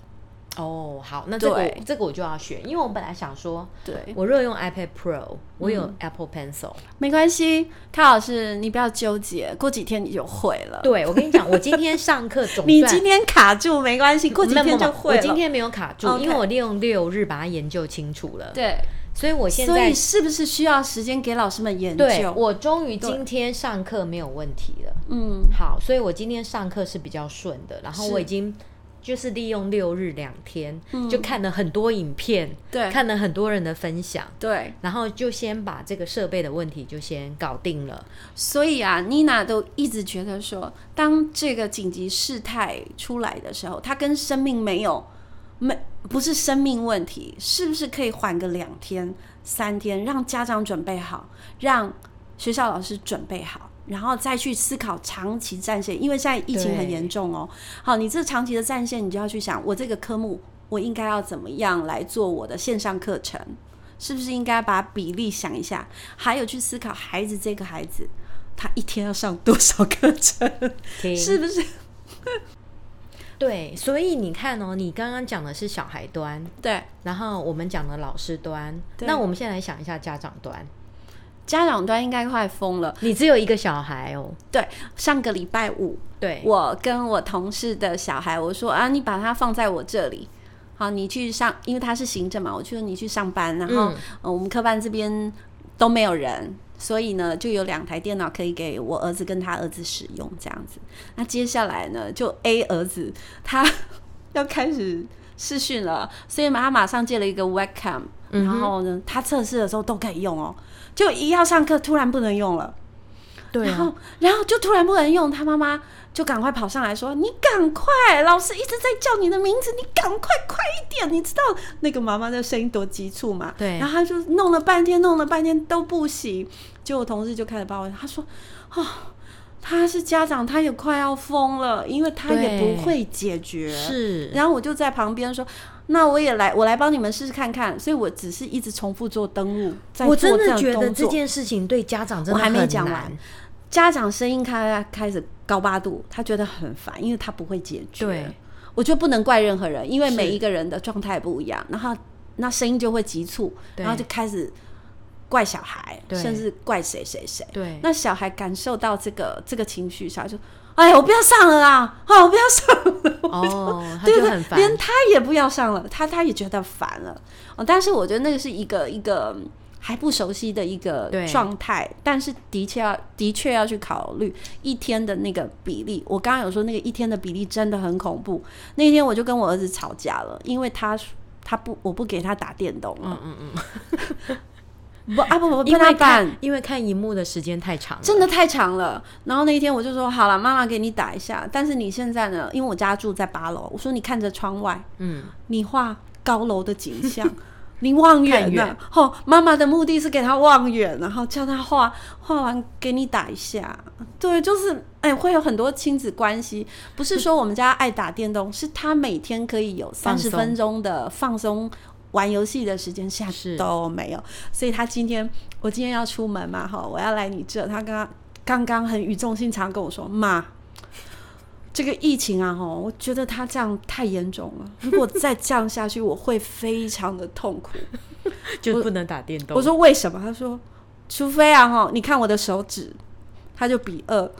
Speaker 2: 哦，好，那这个
Speaker 1: 对
Speaker 2: 我这个我就要学，因为我本来想说，
Speaker 1: 对，
Speaker 2: 我如果用 iPad Pro，我
Speaker 1: 嗯
Speaker 2: 有 Apple Pencil，、
Speaker 1: 没关系，康老师，你不要纠结，过几天你就会了。
Speaker 2: 对我跟你讲，我今天上课 总算
Speaker 1: 你今天卡住没关系，过几
Speaker 2: 没有
Speaker 1: 天
Speaker 2: 没有
Speaker 1: 就会了。
Speaker 2: 我今天没有卡住，
Speaker 1: OK
Speaker 2: 因为我利用六日把它研究清楚了，
Speaker 1: 对，
Speaker 2: 所以我现
Speaker 1: 所
Speaker 2: 在
Speaker 1: 以是不是需要时间给老师们研
Speaker 2: 对
Speaker 1: 究？
Speaker 2: 我终于今天上课没有问题了。
Speaker 1: 嗯，
Speaker 2: 好，所以我今天上课是比较顺的，然后
Speaker 1: 是嗯
Speaker 2: 我已经就是利用六日两天，就看了很多影片，
Speaker 1: 对
Speaker 2: 看了很多人的分享，
Speaker 1: 对。
Speaker 2: 然后就先把这个设备的问题就先搞定了。
Speaker 1: 所以啊，妮娜都一直觉得说，当这个紧急事态出来的时候，它跟生命没有没不是生命问题，是不是可以缓个两天、三天，让家长准备好，让学校老师准备好，然后再去思考长期战线，因为现在疫情很
Speaker 2: 对
Speaker 1: 严重哦。好，你这长期的战线，你就要去想，我这个科目我应该要怎么样来做我的线上课程。是不是应该把比例想一下，还有去思考孩子这个孩子，他一天要上多少课程，
Speaker 2: 停
Speaker 1: 是不是？
Speaker 2: 对，所以你看哦，你刚刚讲的是小孩端，
Speaker 1: 对，
Speaker 2: 然后我们讲的老师端，
Speaker 1: 对
Speaker 2: 那我们现在来想一下家长端。
Speaker 1: 家长端应该快疯了。
Speaker 2: 你只有一个小孩哦，
Speaker 1: 对，上个礼拜五，
Speaker 2: 对，
Speaker 1: 我跟我同事的小孩，我说啊，你把他放在我这里。好，你去上，因为他是行政嘛，我就说你去上班，然后、
Speaker 2: 嗯
Speaker 1: 呃我们科班这边都没有人，所以呢，就有两台电脑可以给我儿子跟他儿子使用这样子。那接下来呢，就 A 儿子他 要开始试
Speaker 2: 嗯
Speaker 1: 训了，所以嘛，他马上借了一个 webcam，、然后呢，他测试的时候都可以用哦。就一要上课突然不能用了，
Speaker 2: 对啊
Speaker 1: 然后然后就突然不能用，他妈妈就赶快跑上来说：“你赶快，老师一直在叫你的名字，你赶快快一点！”你知道那个妈妈的声音多急促嘛？
Speaker 2: 对
Speaker 1: 然后他就弄了半天，弄了半天都不行，结果我同事就开始抱怨，他说：“哦。”他是家长，他也快要疯了，因为他也
Speaker 2: 对
Speaker 1: 不会解决。
Speaker 2: 是，
Speaker 1: 然后我就在旁边说：“那我也来，我来帮你们试试看看。”所以，我只是一直重复做登录，在
Speaker 2: 我
Speaker 1: 做
Speaker 2: 真
Speaker 1: 这
Speaker 2: 的
Speaker 1: 样
Speaker 2: 觉得
Speaker 1: 工
Speaker 2: 这
Speaker 1: 作
Speaker 2: 件事情对家长真
Speaker 1: 我
Speaker 2: 的
Speaker 1: 还没
Speaker 2: 很
Speaker 1: 讲
Speaker 2: 难
Speaker 1: 完家长声音开开始高八度，他觉得很烦，因为他不会解决。
Speaker 2: 对，
Speaker 1: 我觉得不能怪任何人，因为
Speaker 2: 是
Speaker 1: 每一个人的状态不一样，然后那声音就会急促，
Speaker 2: 对
Speaker 1: 然后就开始怪小孩，
Speaker 2: 对
Speaker 1: 甚至怪谁谁谁。
Speaker 2: 对，
Speaker 1: 那小孩感受到这个这个情绪下，就哎呀，我不要上了啦，哦，我不要上了。
Speaker 2: 哦，他
Speaker 1: 对
Speaker 2: 就
Speaker 1: 对
Speaker 2: 很，烦，
Speaker 1: 连他也不要上了，他他也觉得烦了。哦，但是我觉得那个是一个一个嗯还不熟悉的一个
Speaker 2: 对
Speaker 1: 状态，但是的确要的确要去考虑一天的那个比例。我刚刚有说那个一天的比例真的很恐怖。那天我就跟我儿子吵架了，因为他他不我不给他打电动了，
Speaker 2: 嗯嗯，
Speaker 1: 不啊不不不
Speaker 2: 因
Speaker 1: 他
Speaker 2: 为
Speaker 1: 办
Speaker 2: 看。因为看荧幕的时间太长了，
Speaker 1: 真的太长了。然后那一天我就说好了，妈妈给你打一下。但是你现在呢？因为我家住在八楼，我说你看着窗外，
Speaker 2: 嗯，
Speaker 1: 你画高楼的景象。 你望远了
Speaker 2: 看远，
Speaker 1: 哦，妈妈的目的是给他望远，然后叫他画，画完给你打一下。对，就是哎、会有很多亲子关系，不是说我们家爱打电动，是他每天可以有三
Speaker 2: 放
Speaker 1: 十
Speaker 2: 松
Speaker 1: 分钟的放松玩游戏的时间，现在
Speaker 2: 是
Speaker 1: 都没有。所以他今天，我今天要出门嘛，哈，我要来你这，他刚刚刚刚很语重心长跟我说，妈，这个疫情啊，吼，我觉得他这样太严重了。如果再这样下去，我会非常的痛苦。
Speaker 2: 就不能打电动。
Speaker 1: 我说为什么？他说，除非啊，吼，你看我的手指，他就比二。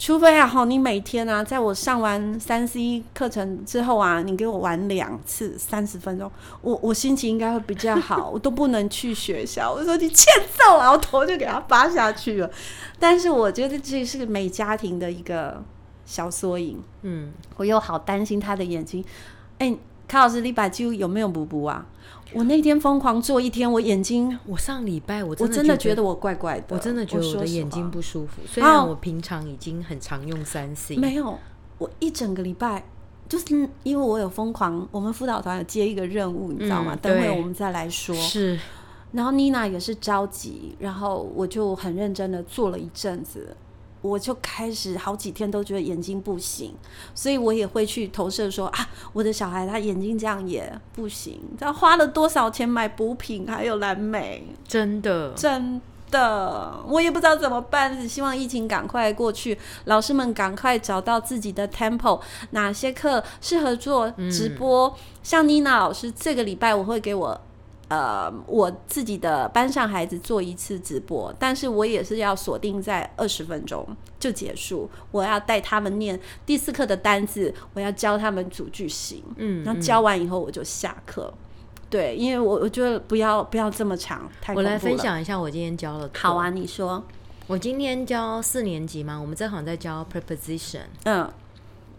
Speaker 1: 除非啊，吼，你每天啊，在我上完三 C 课程之后啊，你给我玩两次三十分钟，我我心情应该会比较好， 我都不能去学校。我说你欠揍啊，我头就给他扒下去了。但是我觉得这是每家庭的一个小缩影。
Speaker 2: 嗯，
Speaker 1: 我又好担心他的眼睛。哎、卡老师，你把酒有没有补补啊？我那天疯狂做一天，我眼睛，
Speaker 2: 我上礼拜我
Speaker 1: 我
Speaker 2: 真
Speaker 1: 真的
Speaker 2: 觉
Speaker 1: 觉得我怪怪的，
Speaker 2: 我真的觉得我
Speaker 1: 说
Speaker 2: 的
Speaker 1: 实
Speaker 2: 眼睛
Speaker 1: 话
Speaker 2: 不舒服，虽然
Speaker 1: 哦
Speaker 2: 我平常已经很常用三 C，
Speaker 1: 没有，我一整个礼拜。就是因为我有疯狂，我们辅导团有接一个任务，你知道吗？
Speaker 2: 嗯
Speaker 1: 等会
Speaker 2: 对
Speaker 1: 我们再来说。
Speaker 2: 是
Speaker 1: 然后妮娜也是着急，然后我就很认真的做了一阵子，我就开始好几天都觉得眼睛不行，所以我也会去投射说啊，我的小孩他眼睛这样也不行，你知道花了多少钱买补品还有蓝莓，
Speaker 2: 真的，
Speaker 1: 真的，我也不知道怎么办，只希望疫情赶快过去，老师们赶快找到自己的 tempo，哪些课适合做直播。
Speaker 2: 嗯
Speaker 1: 像妮娜老师，这个礼拜我会给我。呃，我自己的班上孩子做一次直播，但是我也是要锁定在二十分钟就结束。我要带他们念第四课的单字，我要教他们组句型。
Speaker 2: 嗯，
Speaker 1: 然后教完以后我就下课。对，因为我我觉得不要不要这么长，太
Speaker 2: 我
Speaker 1: 恐
Speaker 2: 来
Speaker 1: 怖
Speaker 2: 分
Speaker 1: 了。
Speaker 2: 享一下我今天教了。
Speaker 1: 好，啊，你说，
Speaker 2: 我今天教四年级嘛，我们正好在教 preposition。
Speaker 1: 嗯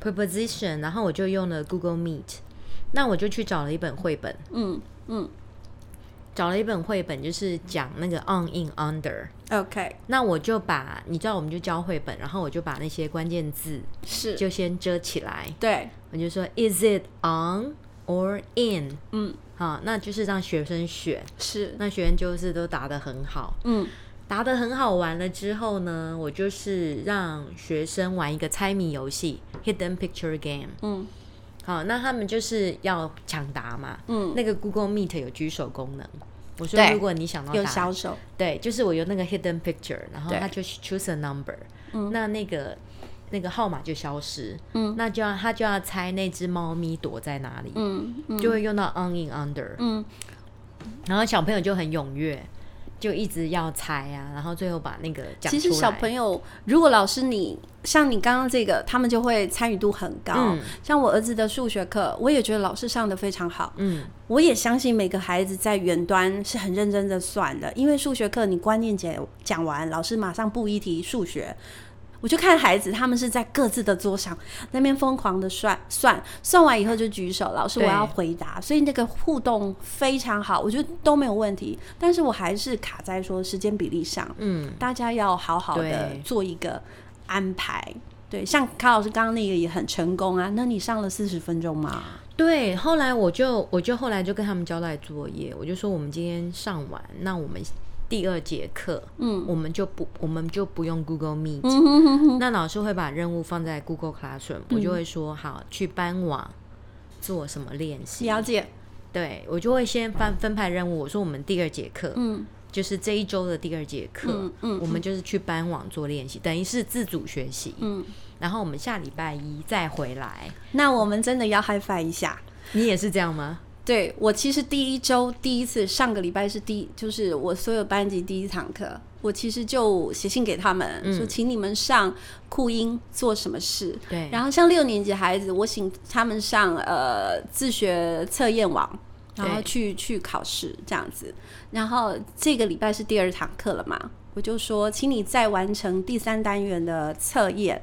Speaker 2: preposition，然后我就用了 Google Meet，那我就去找了一本绘本，
Speaker 1: 嗯嗯
Speaker 2: 找了一本绘本，就是讲那个 on in under。
Speaker 1: ，OK，
Speaker 2: 那我就把你知道，我们就教绘本，然后我就把那些关键字
Speaker 1: 是，
Speaker 2: 就先遮起来，
Speaker 1: 对，
Speaker 2: 我就说 Is it on or in？
Speaker 1: 嗯
Speaker 2: 好，那就是让学生选，
Speaker 1: 是，
Speaker 2: 那学生就是都答得很好，
Speaker 1: 嗯
Speaker 2: 答得很好玩了之后呢，我就是让学生玩一个猜谜游戏 （Hidden Picture Game）。
Speaker 1: 嗯
Speaker 2: 好，那他们就是要抢答嘛。
Speaker 1: 嗯，
Speaker 2: 那个 Google Meet 有举手功能，我说
Speaker 1: 对
Speaker 2: 如果你想到
Speaker 1: 有
Speaker 2: 答
Speaker 1: 小
Speaker 2: 案，
Speaker 1: 手，
Speaker 2: 对，就是我有那个 hidden picture，然后
Speaker 1: 对嗯
Speaker 2: 他就 choose a number，那那个那个号码就消失，嗯，那就要他就要猜那只猫咪躲在哪里，
Speaker 1: 嗯嗯
Speaker 2: 就会用到 on in under，
Speaker 1: 嗯，
Speaker 2: 然后小朋友就很踊跃，就一直要猜啊，然后最后把那个讲
Speaker 1: 其实
Speaker 2: 出
Speaker 1: 小
Speaker 2: 来
Speaker 1: 朋友，如果老师你像你刚刚这个，他们就会参与度很高。
Speaker 2: 嗯
Speaker 1: 像我儿子的数学课，我也觉得老师上的非常好。
Speaker 2: 嗯，
Speaker 1: 我也相信每个孩子在远端是很认真的算的，因为数学课你观念讲讲完，老师马上布一题数学。我就看孩子他们是在各自的桌上那边疯狂的算算，算完以后就举手，老师我
Speaker 2: 对
Speaker 1: 要回答，所以那个互动非常好，我觉得都没有问题。但是我还是卡在说时间比例上，
Speaker 2: 嗯，
Speaker 1: 大家要好好的
Speaker 2: 对
Speaker 1: 做一个安排。对，像卡老师刚刚那个也很成功啊，那你上了四十分钟吗？
Speaker 2: 对。后来我就我就后来就跟他们交代作业，我就说我们今天上完，那我们第二节课，嗯，我们就不我们就不用 Google Meet，、那
Speaker 1: 嗯
Speaker 2: 老师会把任务放在 Google Classroom，、我
Speaker 1: 嗯
Speaker 2: 就会说好去班网做什么练习，
Speaker 1: 了解，
Speaker 2: 对我就会先分分派任务，我说我们第二节课，
Speaker 1: 嗯，
Speaker 2: 就是这一周的第二节课，
Speaker 1: 嗯嗯
Speaker 2: 我们就是去班网做练习，等于是自主学习，
Speaker 1: 嗯，
Speaker 2: 然后我们下礼拜一再回来。
Speaker 1: 那我们真的要 high five 一下。
Speaker 2: 你也是这样吗？
Speaker 1: 对我其实第一周第一次上个礼拜是第就是我所有班级第一堂课，我其实就写信给他们、说，请你们上酷音做什么事。
Speaker 2: 对
Speaker 1: 然后像六年级孩子，我请他们上呃自学测验网，
Speaker 2: 对
Speaker 1: 然后去去考试这样子。然后这个礼拜是第二堂课了嘛，我就说，请你再完成第三单元的测验。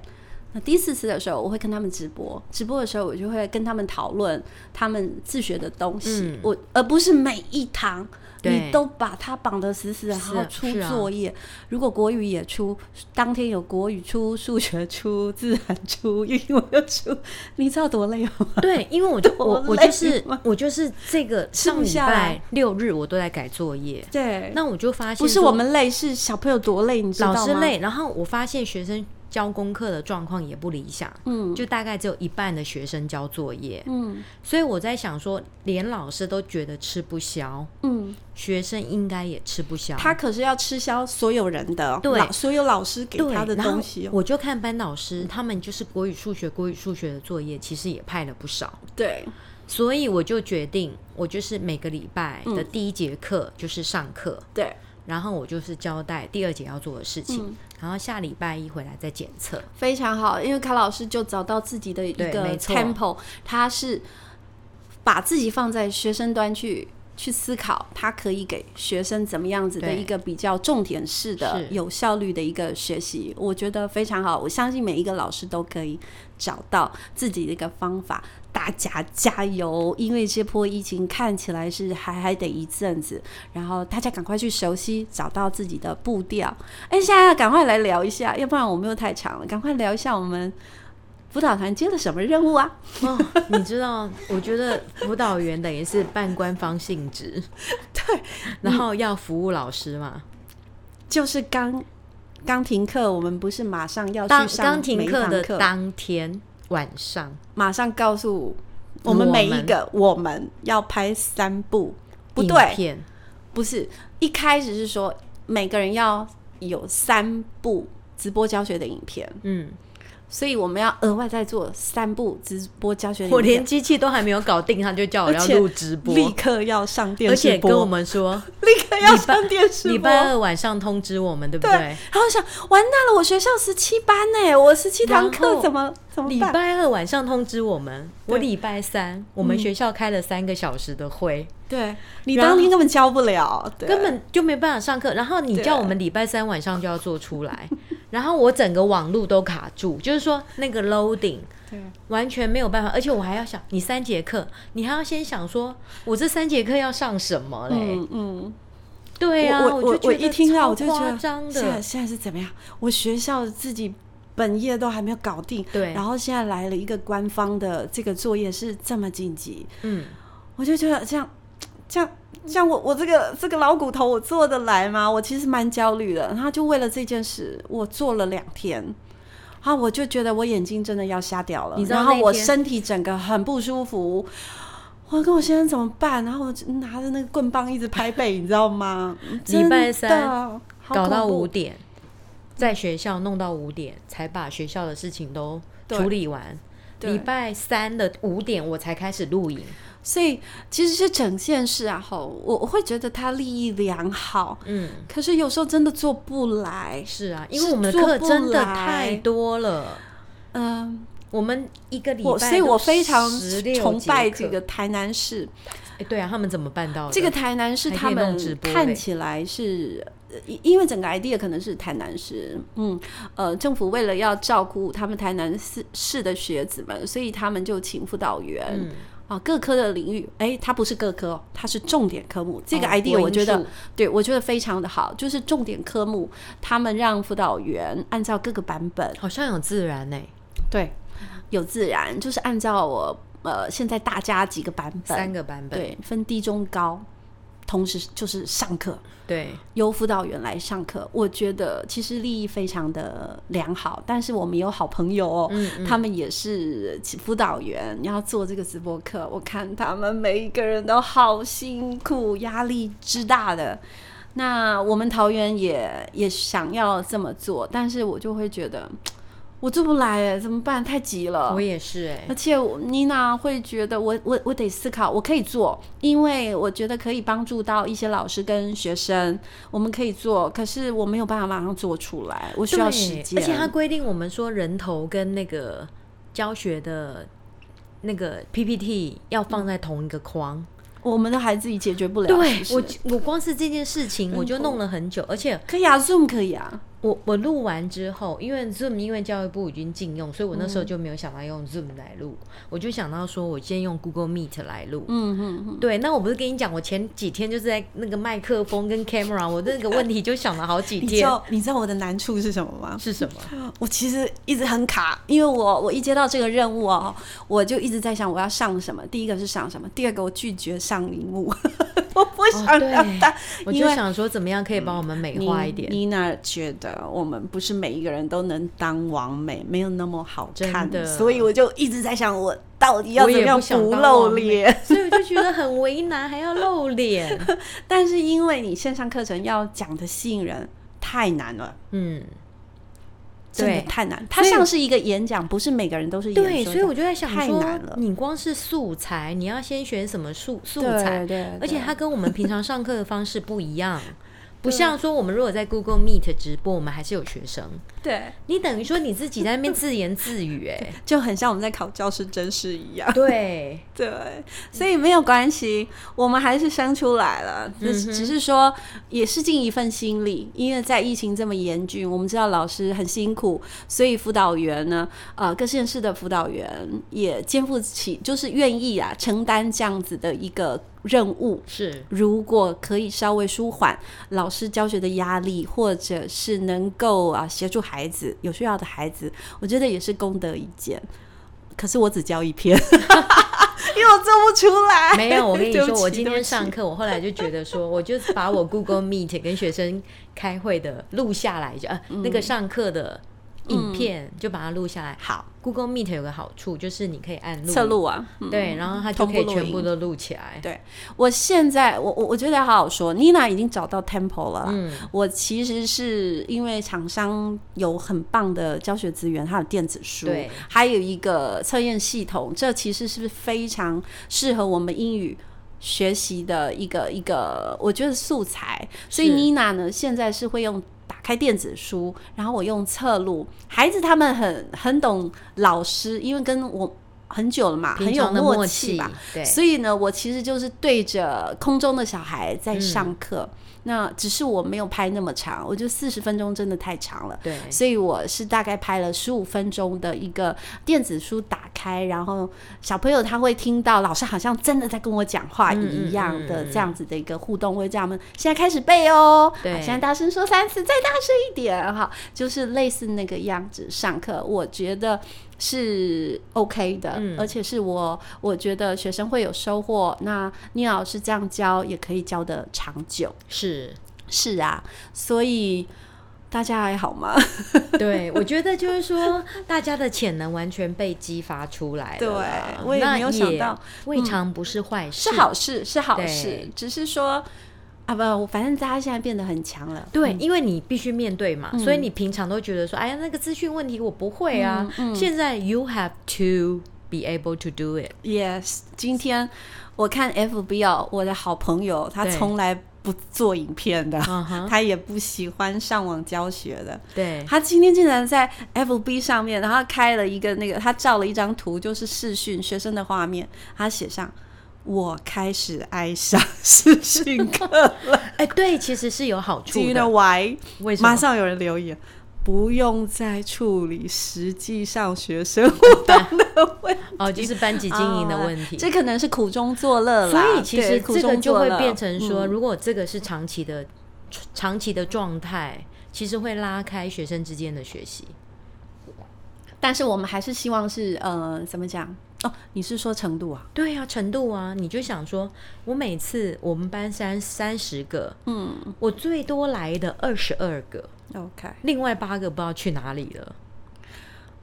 Speaker 1: 那第四次的时候，我会跟他们直播，直播的时候我就会跟他们讨论他们自学的东西，
Speaker 2: 嗯
Speaker 1: 我而不是每一堂
Speaker 2: 对
Speaker 1: 你都把它绑得死死的，然
Speaker 2: 是
Speaker 1: 后出
Speaker 2: 是啊
Speaker 1: 作业。如果国语也出，当天有国语出、数学出、自然出、英文又出，你知道多累吗？
Speaker 2: 对，因为我就我
Speaker 1: 多
Speaker 2: 我
Speaker 1: 累
Speaker 2: 就是
Speaker 1: 吗
Speaker 2: 我就是这个
Speaker 1: 吃不
Speaker 2: 上礼
Speaker 1: 下
Speaker 2: 拜
Speaker 1: 来
Speaker 2: 六日我都在改作业，
Speaker 1: 对，
Speaker 2: 那我就发现
Speaker 1: 不是
Speaker 2: 说
Speaker 1: 我们累，是小朋友多累，你知道
Speaker 2: 老
Speaker 1: 吗？
Speaker 2: 师，累，然后我发现学生交功课的状况也不理想，
Speaker 1: 嗯
Speaker 2: 就大概只有一半的学生交作业，
Speaker 1: 嗯
Speaker 2: 所以我在想说，连老师都觉得吃不消，
Speaker 1: 嗯，
Speaker 2: 学生应该也吃不消。
Speaker 1: 他可是要吃消所有人的哦，
Speaker 2: 对
Speaker 1: 老所有老师给
Speaker 2: 对
Speaker 1: 他的
Speaker 2: 然后
Speaker 1: 东西哦。
Speaker 2: 我就看班导师他们就是国语、数学、国语、数学的作业，其实也派了不少，
Speaker 1: 对，
Speaker 2: 所以我就决定，我就是每个礼拜的第一节课就是上课，
Speaker 1: 对，
Speaker 2: 然后我就是交代第二节要做的事情，
Speaker 1: 嗯
Speaker 2: 然后下礼拜一回来再检测。
Speaker 1: 非常好，因为卡老师就找到自己的一
Speaker 2: 对
Speaker 1: 个
Speaker 2: 没错
Speaker 1: tempo，他是把自己放在学生端去。去思考，他可以给学生怎么样子的
Speaker 2: 对
Speaker 1: 一个比较重点式的
Speaker 2: 是、
Speaker 1: 有效率的一个学习，我觉得非常好。我相信每一个老师都可以找到自己的一个方法。大家加油！因为这波疫情看起来是还还得一阵子，然后大家赶快去熟悉，找到自己的步调。哎，现在要赶快来聊一下，要不然我们又太长了。赶快聊一下我们辅导团接了什么任务啊？
Speaker 2: 哦， 你知道，我觉得辅导员等于是半官方性 质，对，然后要服务老师嘛。
Speaker 1: 就是刚刚停课，我们不是马上嗯要
Speaker 2: 当
Speaker 1: 去上
Speaker 2: 刚停
Speaker 1: 每一
Speaker 2: 课
Speaker 1: 堂
Speaker 2: 的
Speaker 1: 课，
Speaker 2: 当天晚上，
Speaker 1: 马上告诉我们
Speaker 2: 我们
Speaker 1: 每一个我们要拍三部，不
Speaker 2: 影
Speaker 1: 对，
Speaker 2: 片
Speaker 1: 不是一开始是说每个人要有三部直播教学的影片，
Speaker 2: 嗯，
Speaker 1: 所以我们要额外再做三部直播教学的
Speaker 2: 我
Speaker 1: 影片
Speaker 2: 连。机器都还没有搞定，他就叫我
Speaker 1: 而
Speaker 2: 要
Speaker 1: 且
Speaker 2: 录直播，
Speaker 1: 立刻要上电
Speaker 2: 而
Speaker 1: 视
Speaker 2: 且
Speaker 1: 播，
Speaker 2: 跟我们说
Speaker 1: 立刻要上电视播。
Speaker 2: 礼拜二晚上通知我们，对不
Speaker 1: 对，
Speaker 2: 对？
Speaker 1: 然后想完蛋了，我学校十七班呢，我十七堂
Speaker 2: 然
Speaker 1: 课
Speaker 2: 后
Speaker 1: 怎么怎么
Speaker 2: 礼
Speaker 1: 办？
Speaker 2: 拜二晚上通知我们，
Speaker 1: 对
Speaker 2: 我礼拜三我们学校开了三个小时的会，
Speaker 1: 对你
Speaker 2: 然后
Speaker 1: 当天根本教不了，嗯对
Speaker 2: 根本就没办法上课。然后你
Speaker 1: 对
Speaker 2: 叫我们礼拜三晚上就要做出来，然后我整个网路都卡住，就是说那个 loading
Speaker 1: 对
Speaker 2: 完全没有办法，而且我还要想，你三节课，你还要先想说我这三节课要上什么嘞？
Speaker 1: 嗯嗯，
Speaker 2: 对啊，
Speaker 1: 我我
Speaker 2: 就
Speaker 1: 我
Speaker 2: 觉得
Speaker 1: 一听到
Speaker 2: 超
Speaker 1: 我就觉
Speaker 2: 夸
Speaker 1: 得
Speaker 2: 张
Speaker 1: 现在
Speaker 2: 的，
Speaker 1: 现在是怎么样？我学校自己。本业都还没有搞定，
Speaker 2: 对
Speaker 1: 然后现在来了一个官方的这个作业是这么紧急，
Speaker 2: 嗯，
Speaker 1: 我就觉得这样，这样，这样我，我这个这个老骨头，我做得来吗？我其实蛮焦虑的。然后就为了这件事，我做了两天，啊，我就觉得我眼睛真的要瞎掉了，
Speaker 2: 你知道
Speaker 1: 然后
Speaker 2: 那一
Speaker 1: 我
Speaker 2: 天
Speaker 1: 身体整个很不舒服。我跟我先生怎么办？然后我就拿着那个棍棒一直拍背，你知道吗？
Speaker 2: 礼拜三
Speaker 1: 真的好
Speaker 2: 搞到
Speaker 1: 恐怖嗯
Speaker 2: 五点，在学校弄到五点才把学校的事情都
Speaker 1: 对
Speaker 2: 处理完。
Speaker 1: 对
Speaker 2: 礼拜三的五点我才开始录影，
Speaker 1: 所以其实是整件事啊，吼，我我会觉得他利益良好，
Speaker 2: 嗯，
Speaker 1: 可是有时候真的做不来。
Speaker 2: 是啊，
Speaker 1: 是
Speaker 2: 因为我们的
Speaker 1: 做
Speaker 2: 课
Speaker 1: 不
Speaker 2: 真的
Speaker 1: 来
Speaker 2: 太多了，
Speaker 1: 嗯，
Speaker 2: 我们一个礼拜
Speaker 1: 我
Speaker 2: 都
Speaker 1: 所以，我非常
Speaker 2: 16
Speaker 1: 崇拜
Speaker 2: 节
Speaker 1: 这
Speaker 2: 课
Speaker 1: 个。台南市。
Speaker 2: 哎对啊，他们怎么办到的？
Speaker 1: 这个台南市，
Speaker 2: 还
Speaker 1: 他
Speaker 2: 可以弄
Speaker 1: 们
Speaker 2: 直播嘞哎
Speaker 1: 看起来是呃因因为整个 idea 可能是台南市，嗯，呃，政府为了要照顾他们台南市市的学子们，所以他们就请辅导员。
Speaker 2: 嗯
Speaker 1: 啊，各科的领域，哎，它不是各科哦，它是重点科目。这个
Speaker 2: 哦
Speaker 1: idea
Speaker 2: 国
Speaker 1: 我
Speaker 2: 英
Speaker 1: 觉得，
Speaker 2: 数
Speaker 1: 对我觉得非常的好，就是重点科目，他们让辅导员按照各个版本，
Speaker 2: 好像有自然呢、
Speaker 1: 对，有自然，就是按照我呃现在大家几个版本，
Speaker 2: 三个版本，
Speaker 1: 对，分低、中、高，同时就是上课，
Speaker 2: 对
Speaker 1: 由辅导员来上课，我觉得其实利益非常的良好。但是我们有好朋友哦，他们也是辅导员，要做这个直播课，我看他们每一个人都好辛苦，压力之大的。那我们桃园也也想要这么做，但是我就会觉得我做不来哎，怎么办？太急了。
Speaker 2: 我也是哎、
Speaker 1: 而且我妮娜会觉得我我我得思考，我可以做，因为我觉得可以帮助到一些老师跟学生，我们可以做，可是我没有办法马上做出来，我需要
Speaker 2: 对
Speaker 1: 时间。
Speaker 2: 而且它规定我们说人头跟那个教学的那个 PPT 要放在同一个框。
Speaker 1: 我们的孩子也解决不了。
Speaker 2: 对
Speaker 1: 是不
Speaker 2: 我
Speaker 1: 是，哦
Speaker 2: 我光是这件事情我就
Speaker 1: 头
Speaker 2: 弄了很久，而且
Speaker 1: 可以啊，Zoom 可以啊，
Speaker 2: 我我录完之后，因为 Zoom 因为教育部已经禁用，所以我那
Speaker 1: 嗯
Speaker 2: 时候就没有想到用 Zoom 来录，我就想到说我先用 Google Meet 来录。
Speaker 1: 嗯嗯嗯，
Speaker 2: 对，那我不是跟你讲，我前几天就是在那个麦克风跟 camera，我那个问题就想了好几
Speaker 1: 你知
Speaker 2: 天。
Speaker 1: 道你知道我的难处是什么吗？
Speaker 2: 是什么？
Speaker 1: 我其实一直很卡，因为我我一接到这个任务哦，我就一直在想我要上什么。第一个是上什么，第二个我拒绝上荧幕， 我不想
Speaker 2: 对
Speaker 1: 让他，
Speaker 2: 我
Speaker 1: 因
Speaker 2: 就
Speaker 1: 为嗯
Speaker 2: 想说怎么样可以把我们美化一点。
Speaker 1: 妮娜觉得我们不是每一个人都能当王美，没有那么好看
Speaker 2: 真的
Speaker 1: 所以我就一直在想，我到底要
Speaker 2: 我
Speaker 1: 怎么
Speaker 2: 也
Speaker 1: 样
Speaker 2: 不想
Speaker 1: 不
Speaker 2: 当
Speaker 1: 露
Speaker 2: 王美
Speaker 1: 脸？
Speaker 2: 所以我就觉得很为难，还要露脸。
Speaker 1: 但是因为你线上课程要讲的吸引人太难了，
Speaker 2: 嗯，
Speaker 1: 真的
Speaker 2: 对
Speaker 1: 太难。它
Speaker 2: 所以
Speaker 1: 像是一个演讲，不是每个人都是演
Speaker 2: 对，
Speaker 1: 说
Speaker 2: 所以我
Speaker 1: 的
Speaker 2: 就在想
Speaker 1: 太
Speaker 2: 说
Speaker 1: 难了，
Speaker 2: 你光是素材，你要先选什么素素材
Speaker 1: 对，对，
Speaker 2: 而且
Speaker 1: 对
Speaker 2: 它跟我们平常上课的方式不 一样，不像说我们如果在 Google Meet 直播，我们还是有学生。
Speaker 1: 对
Speaker 2: 你等于说你自己在那边自言自语、哎，
Speaker 1: 就很像我们在考教师真试一样。
Speaker 2: 对，
Speaker 1: 对，所以没有关系，我们还是生出来了，只是、只是说也是尽一份心力，因为在疫情这么严峻，我们知道老师很辛苦，所以辅导员呢，呃，各县市的辅导员也肩负起，就是愿意啊承担这样子的一个任务。
Speaker 2: 是
Speaker 1: 如果可以稍微舒缓老师教学的压力，或者是能够啊协助孩子有需要的孩子，我觉得也是功德一件。可是我只教一篇， 因为我做不出来。
Speaker 2: 没有。我跟你
Speaker 1: 哎对不
Speaker 2: 说，
Speaker 1: 起
Speaker 2: 我今
Speaker 1: 对不
Speaker 2: 天
Speaker 1: 起
Speaker 2: 上课，我后来就觉得说，我就把我 Google Meet 跟学生开会的录下来，就呃、那
Speaker 1: 嗯
Speaker 2: 个上课的影片就把它录下来。
Speaker 1: 好
Speaker 2: Google Meet 有个好处就是你可以按录，
Speaker 1: 侧录啊，嗯
Speaker 2: 对，然后它
Speaker 1: 同
Speaker 2: 就可
Speaker 1: 步
Speaker 2: 以
Speaker 1: 录
Speaker 2: 全部
Speaker 1: 音
Speaker 2: 都录起来。
Speaker 1: 对我现在我我我觉得好好说，Nina 已经找到 tempo 了啦。
Speaker 2: 嗯
Speaker 1: 我其实是因为厂商有很棒的教学资源，还有电子书
Speaker 2: 对，
Speaker 1: 还有一个测验系统，这其实是非常适合我们英语。学习的一个一个，我觉得素材，所以
Speaker 2: 是
Speaker 1: Nina 呢现在是会用打开电子书，然后我用侧录，孩子他们很很懂老师，因为跟我很久了嘛，很
Speaker 2: 平
Speaker 1: 有
Speaker 2: 常的
Speaker 1: 默
Speaker 2: 默
Speaker 1: 契吧，
Speaker 2: 对，
Speaker 1: 所以呢，我其实就是对着空中的小孩在上课。那只是我没有拍那么长，我觉得四十分钟真的太长了。
Speaker 2: 对
Speaker 1: 所以我是大概拍了十五分钟的一个电子书打开，然后小朋友他会听到老师好像真的在跟我讲话
Speaker 2: 嗯嗯
Speaker 1: 一样的
Speaker 2: 嗯嗯
Speaker 1: 这样子的一个互动，会这样们现在开始背哦，好
Speaker 2: 对
Speaker 1: 现在大声说三次，再大声一点哈，就是类似那个样子上课，我觉得是 OK 的，
Speaker 2: 嗯
Speaker 1: 而且是我我觉得学生会有收获。那聂老师这样教也可以教的长久，
Speaker 2: 是，
Speaker 1: 是啊，所以大家还好吗？
Speaker 2: 对，我觉得就是说，大家的潜能完全被激发出来了啦
Speaker 1: 对我也
Speaker 2: 那
Speaker 1: 没有想到嗯
Speaker 2: 未尝不是坏事。
Speaker 1: 是好事，是好事
Speaker 2: 对，
Speaker 1: 只是说啊不，反正大家现在变得很强了。
Speaker 2: 对，因为你必须面对嘛，所以
Speaker 1: 嗯
Speaker 2: 你平常都觉得说，哎呀，那个资讯问题我不会啊。
Speaker 1: 嗯
Speaker 2: 现在 you have to be able to do it。
Speaker 1: Yes，今天我看 FB 哦，我的好朋友他
Speaker 2: 对
Speaker 1: 从来不做影片的
Speaker 2: 嗯哼，
Speaker 1: 他也不喜欢上网教学的。
Speaker 2: 对，
Speaker 1: 他今天竟然在 FB 上面，然后开了一个那个，他照了一张图，就是视讯学生的画面，他写上我开始爱上视讯 课。
Speaker 2: 哎、对，其实是有好处
Speaker 1: Do you
Speaker 2: 的
Speaker 1: know。why？
Speaker 2: 为什么
Speaker 1: 马上有人留言，不用再处理实际上学 生互动的问题。
Speaker 2: 哦，就是班级经营的问题。
Speaker 1: 啊这可能是苦中作乐啦。
Speaker 2: 所以其
Speaker 1: 对
Speaker 2: 实
Speaker 1: 苦
Speaker 2: 这个
Speaker 1: 中
Speaker 2: 就
Speaker 1: 作
Speaker 2: 会
Speaker 1: 乐
Speaker 2: 变成
Speaker 1: 嗯
Speaker 2: 说，如果这个是长期的、长期的状态，其实会拉开学生之间的学习。
Speaker 1: 但是我们还是希望是呃，怎么讲？哦，你是说程度啊？
Speaker 2: 对啊，程度啊，你就想说，我每次我们班三三十个，
Speaker 1: 嗯
Speaker 2: 我最多来的二十二个，
Speaker 1: ，OK
Speaker 2: 另外八个不知道去哪里了。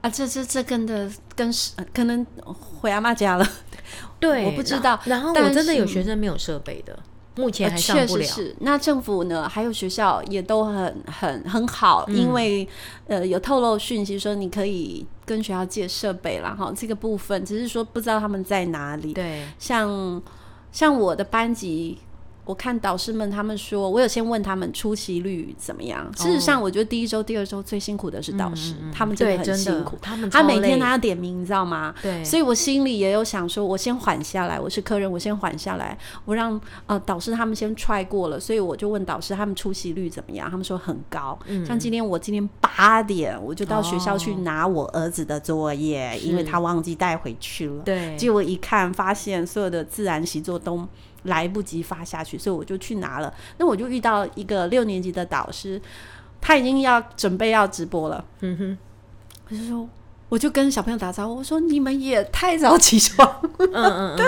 Speaker 1: 啊，这这这跟的跟是呃可能回阿妈家 了，
Speaker 2: 对，
Speaker 1: 我不知
Speaker 2: 然
Speaker 1: 道
Speaker 2: 然后
Speaker 1: 但
Speaker 2: 我真的有
Speaker 1: 是
Speaker 2: 学生没有设备的，目前
Speaker 1: 呃
Speaker 2: 还上
Speaker 1: 确
Speaker 2: 不
Speaker 1: 实
Speaker 2: 了。
Speaker 1: 是。那政府呢，还有学校也都很很很好，
Speaker 2: 嗯
Speaker 1: 因为呃有透露讯息说你可以跟学校借设备啦，哈，这个部分只是说不知道他们在哪里。
Speaker 2: 对，
Speaker 1: 像像我的班级，我看导师们他们说，我有先问他们出席率怎么样。事实
Speaker 2: 哦
Speaker 1: 上，我觉得第一周、第二周最辛苦的是导师，他们真
Speaker 2: 嗯对，
Speaker 1: 的很
Speaker 2: 真
Speaker 1: 辛苦
Speaker 2: 的，。他们
Speaker 1: 他
Speaker 2: 超
Speaker 1: 每天
Speaker 2: 累
Speaker 1: 他要点名，你知道吗？
Speaker 2: 对，
Speaker 1: 所以我心里也有想说，我先缓下来，我是客人，我先缓下来，我让呃导师他们先 try 过了，所以我就问导师他们出席率怎么样，他们说很高。像今天我今天八点我就到学校去
Speaker 2: 嗯哦
Speaker 1: 拿我儿子的作业，因为
Speaker 2: 是
Speaker 1: 他忘记带回去了。
Speaker 2: 对，
Speaker 1: 结果一看，发现所有的自然习作都来不及发下去，所以我就去拿了。那我就遇到一个六年级的导师，他已经要准备要直播了，
Speaker 2: 嗯哼，
Speaker 1: 我就说，我就跟小朋友打招呼，我说你们也太早起床
Speaker 2: 嗯嗯嗯，对。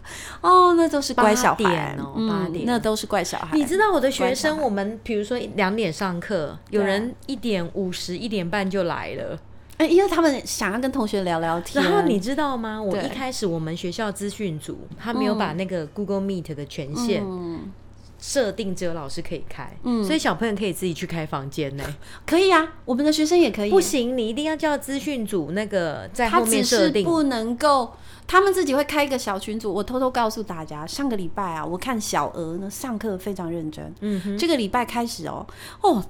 Speaker 1: 哦，那都是乖小
Speaker 2: 八
Speaker 1: 孩
Speaker 2: 点哦八
Speaker 1: 嗯
Speaker 2: 点，
Speaker 1: 那都是乖小孩
Speaker 2: 你。知道我的学
Speaker 1: 关
Speaker 2: 生，
Speaker 1: 上
Speaker 2: 我们比如说两点上课，有
Speaker 1: 对啊
Speaker 2: 人一点五十、一点半就来了。
Speaker 1: 哎，因为他们想要跟同学聊聊天，
Speaker 2: 然后你知道吗？我
Speaker 1: 对
Speaker 2: 一开始我们学校资讯组，他没有把那个 Google Meet 的权限
Speaker 1: 嗯，
Speaker 2: 设定只有老师可以开，所以小朋友可以自己去开房间呢。
Speaker 1: 可以啊，我们的学生也可以，
Speaker 2: 不行，你一定要叫资讯组那个在
Speaker 1: 他
Speaker 2: 后
Speaker 1: 只
Speaker 2: 面
Speaker 1: 是
Speaker 2: 设定。
Speaker 1: 不能够，他们自己会开一个小群组。我偷偷告诉大家，上个礼拜啊，我看小鹅呢上课非常认真。
Speaker 2: 嗯哼，
Speaker 1: 这个礼拜开始哦，哦，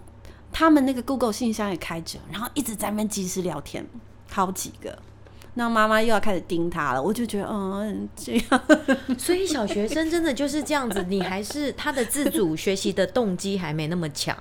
Speaker 1: 他们那个 Google 信箱也开着，然后一直在那边即时聊天，好几个。那妈妈又要开始盯他了，我就觉得，嗯，这样
Speaker 2: 所以小学生真的就是这样子，你还是他的自主学习的动机还没那么强，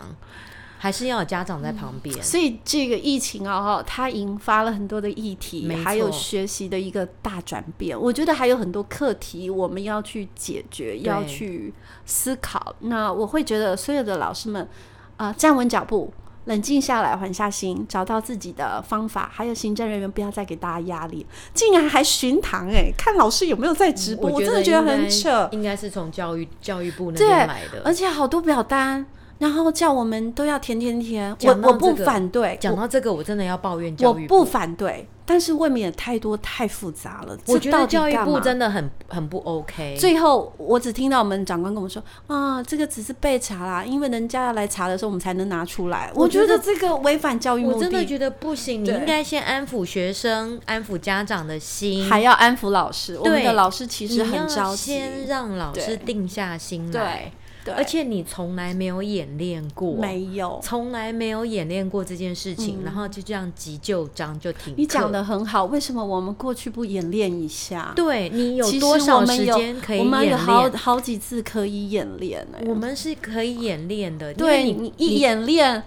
Speaker 2: 还是要有家长在旁边。
Speaker 1: 所以这个疫情哦，它引发了很多的议题
Speaker 2: 没，错
Speaker 1: 还有学习的一个大转变。我觉得还有很多课题我们要去解决，要去思考。那我会觉得所有的老师们，啊，站稳脚步。冷静下来，缓下心，找到自己的方法。还有行政人员，不要再给大家压力。竟然还巡堂哎、看老师有没有在直播，我真的觉得很扯。
Speaker 2: 应该是从教育教育部那
Speaker 1: 对
Speaker 2: 边来的。
Speaker 1: 而且好多表单，然后叫我们都要填填填。
Speaker 2: 讲
Speaker 1: 我
Speaker 2: 到
Speaker 1: 我不
Speaker 2: 这个
Speaker 1: 反对，
Speaker 2: 讲到这个，我真的要抱怨
Speaker 1: 我
Speaker 2: 教育部。
Speaker 1: 不反对，但是未免也太多太复杂了。
Speaker 2: 我
Speaker 1: 这
Speaker 2: 觉
Speaker 1: 到
Speaker 2: 得
Speaker 1: 底
Speaker 2: 教育
Speaker 1: 干
Speaker 2: 部
Speaker 1: 嘛
Speaker 2: 真的很很不 OK。
Speaker 1: 最后，我只听到我们长官跟我说：“啊，这个只是备查啦，因为人家要来查的时候，我们才能拿出来。”
Speaker 2: 我
Speaker 1: 我
Speaker 2: 觉
Speaker 1: 觉
Speaker 2: 得
Speaker 1: 得这个违反教育目
Speaker 2: 我真的
Speaker 1: 的，
Speaker 2: 觉得不行，你
Speaker 1: 对
Speaker 2: 应该先安抚学生、安抚家长的心，
Speaker 1: 还要安抚老师。我们
Speaker 2: 对
Speaker 1: 的老师其
Speaker 2: 你
Speaker 1: 实很
Speaker 2: 要
Speaker 1: 着急，
Speaker 2: 先让老
Speaker 1: 对
Speaker 2: 师定下心
Speaker 1: 对。
Speaker 2: 来
Speaker 1: 对，
Speaker 2: 而且你从来没有演练过，
Speaker 1: 没有。嗯
Speaker 2: 从来没有演练过这件事情，然后就这样急救章就停课。
Speaker 1: 你讲的很好，为什么我们过去不演练一下？
Speaker 2: 对你有
Speaker 1: 其实
Speaker 2: 多
Speaker 1: 我
Speaker 2: 少
Speaker 1: 们
Speaker 2: 时
Speaker 1: 有
Speaker 2: 间可以
Speaker 1: 我
Speaker 2: 演
Speaker 1: 们有
Speaker 2: 练？
Speaker 1: 好好几次可以演练呢、
Speaker 2: 我们是可以演练的，因
Speaker 1: 对
Speaker 2: 为你
Speaker 1: 你一演练，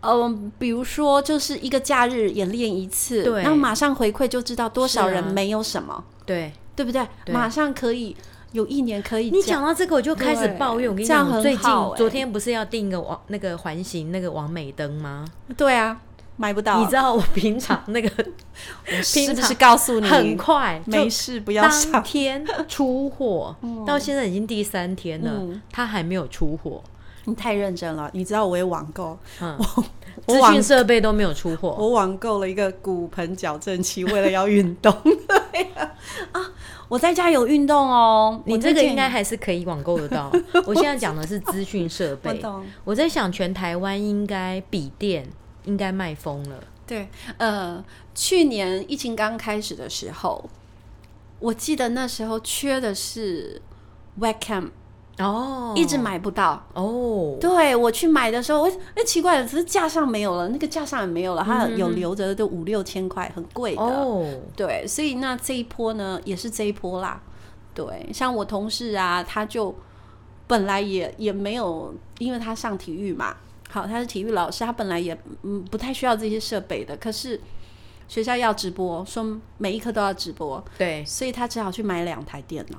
Speaker 1: 嗯，比如说就是一个假日演练一次，
Speaker 2: 对
Speaker 1: 然后马上回馈就知道多少
Speaker 2: 是啊
Speaker 1: 人没有什么，
Speaker 2: 对
Speaker 1: 对不对？
Speaker 2: 对
Speaker 1: 马上可以有一年可以
Speaker 2: 你
Speaker 1: 这样
Speaker 2: 讲到这个，我就开始
Speaker 1: 对
Speaker 2: 抱怨。我跟你
Speaker 1: 这样
Speaker 2: 讲，我
Speaker 1: 很
Speaker 2: 最近
Speaker 1: 好欸
Speaker 2: 昨天不是要订个网那个环形那个王美灯吗？
Speaker 1: 对啊，买不到，
Speaker 2: 你知道我平常那 个
Speaker 1: 是
Speaker 2: 平
Speaker 1: 不
Speaker 2: 常
Speaker 1: 是告诉你
Speaker 2: 很 快
Speaker 1: 没
Speaker 2: 就
Speaker 1: 事不要
Speaker 2: 当
Speaker 1: 上？
Speaker 2: 天 出货，到现在已经第三天了
Speaker 1: 嗯，
Speaker 2: 它还没有出货，
Speaker 1: 你太认真了，你知道我也网购，
Speaker 2: 嗯
Speaker 1: 我
Speaker 2: 资
Speaker 1: 我网
Speaker 2: 讯设备都没有出货。
Speaker 1: 我网购了一个骨盆矫正器，为了要运动。 对啊，啊我在家有运动哦，
Speaker 2: 你
Speaker 1: 我
Speaker 2: 这
Speaker 1: 最
Speaker 2: 个
Speaker 1: 近
Speaker 2: 应该还是可以网购 得到。我现在讲的是资讯设
Speaker 1: 我
Speaker 2: 备，
Speaker 1: 懂。
Speaker 2: 我在想全台湾应该笔电应该卖疯了。
Speaker 1: 对，呃，去年疫情刚开始的时候，我记得那时候缺的是 webcam，、
Speaker 2: 哦，
Speaker 1: 一直买不到。
Speaker 2: 哦，
Speaker 1: 对我去买的时候，我哎奇怪了，只是架上没有了，那个架上也没有了，它
Speaker 2: 嗯哼
Speaker 1: 有留着的就五六千块，很贵的。
Speaker 2: 哦，
Speaker 1: 对，所以那这一波呢，也是这一波啦。对，像我同事啊，他就本来也也没有，因为他上体育嘛，好，他是体育老师，他本来也嗯不太需要这些设备的，可是学校要直播，说每一科都要直播，
Speaker 2: 对
Speaker 1: 所以他只好去买两台电脑。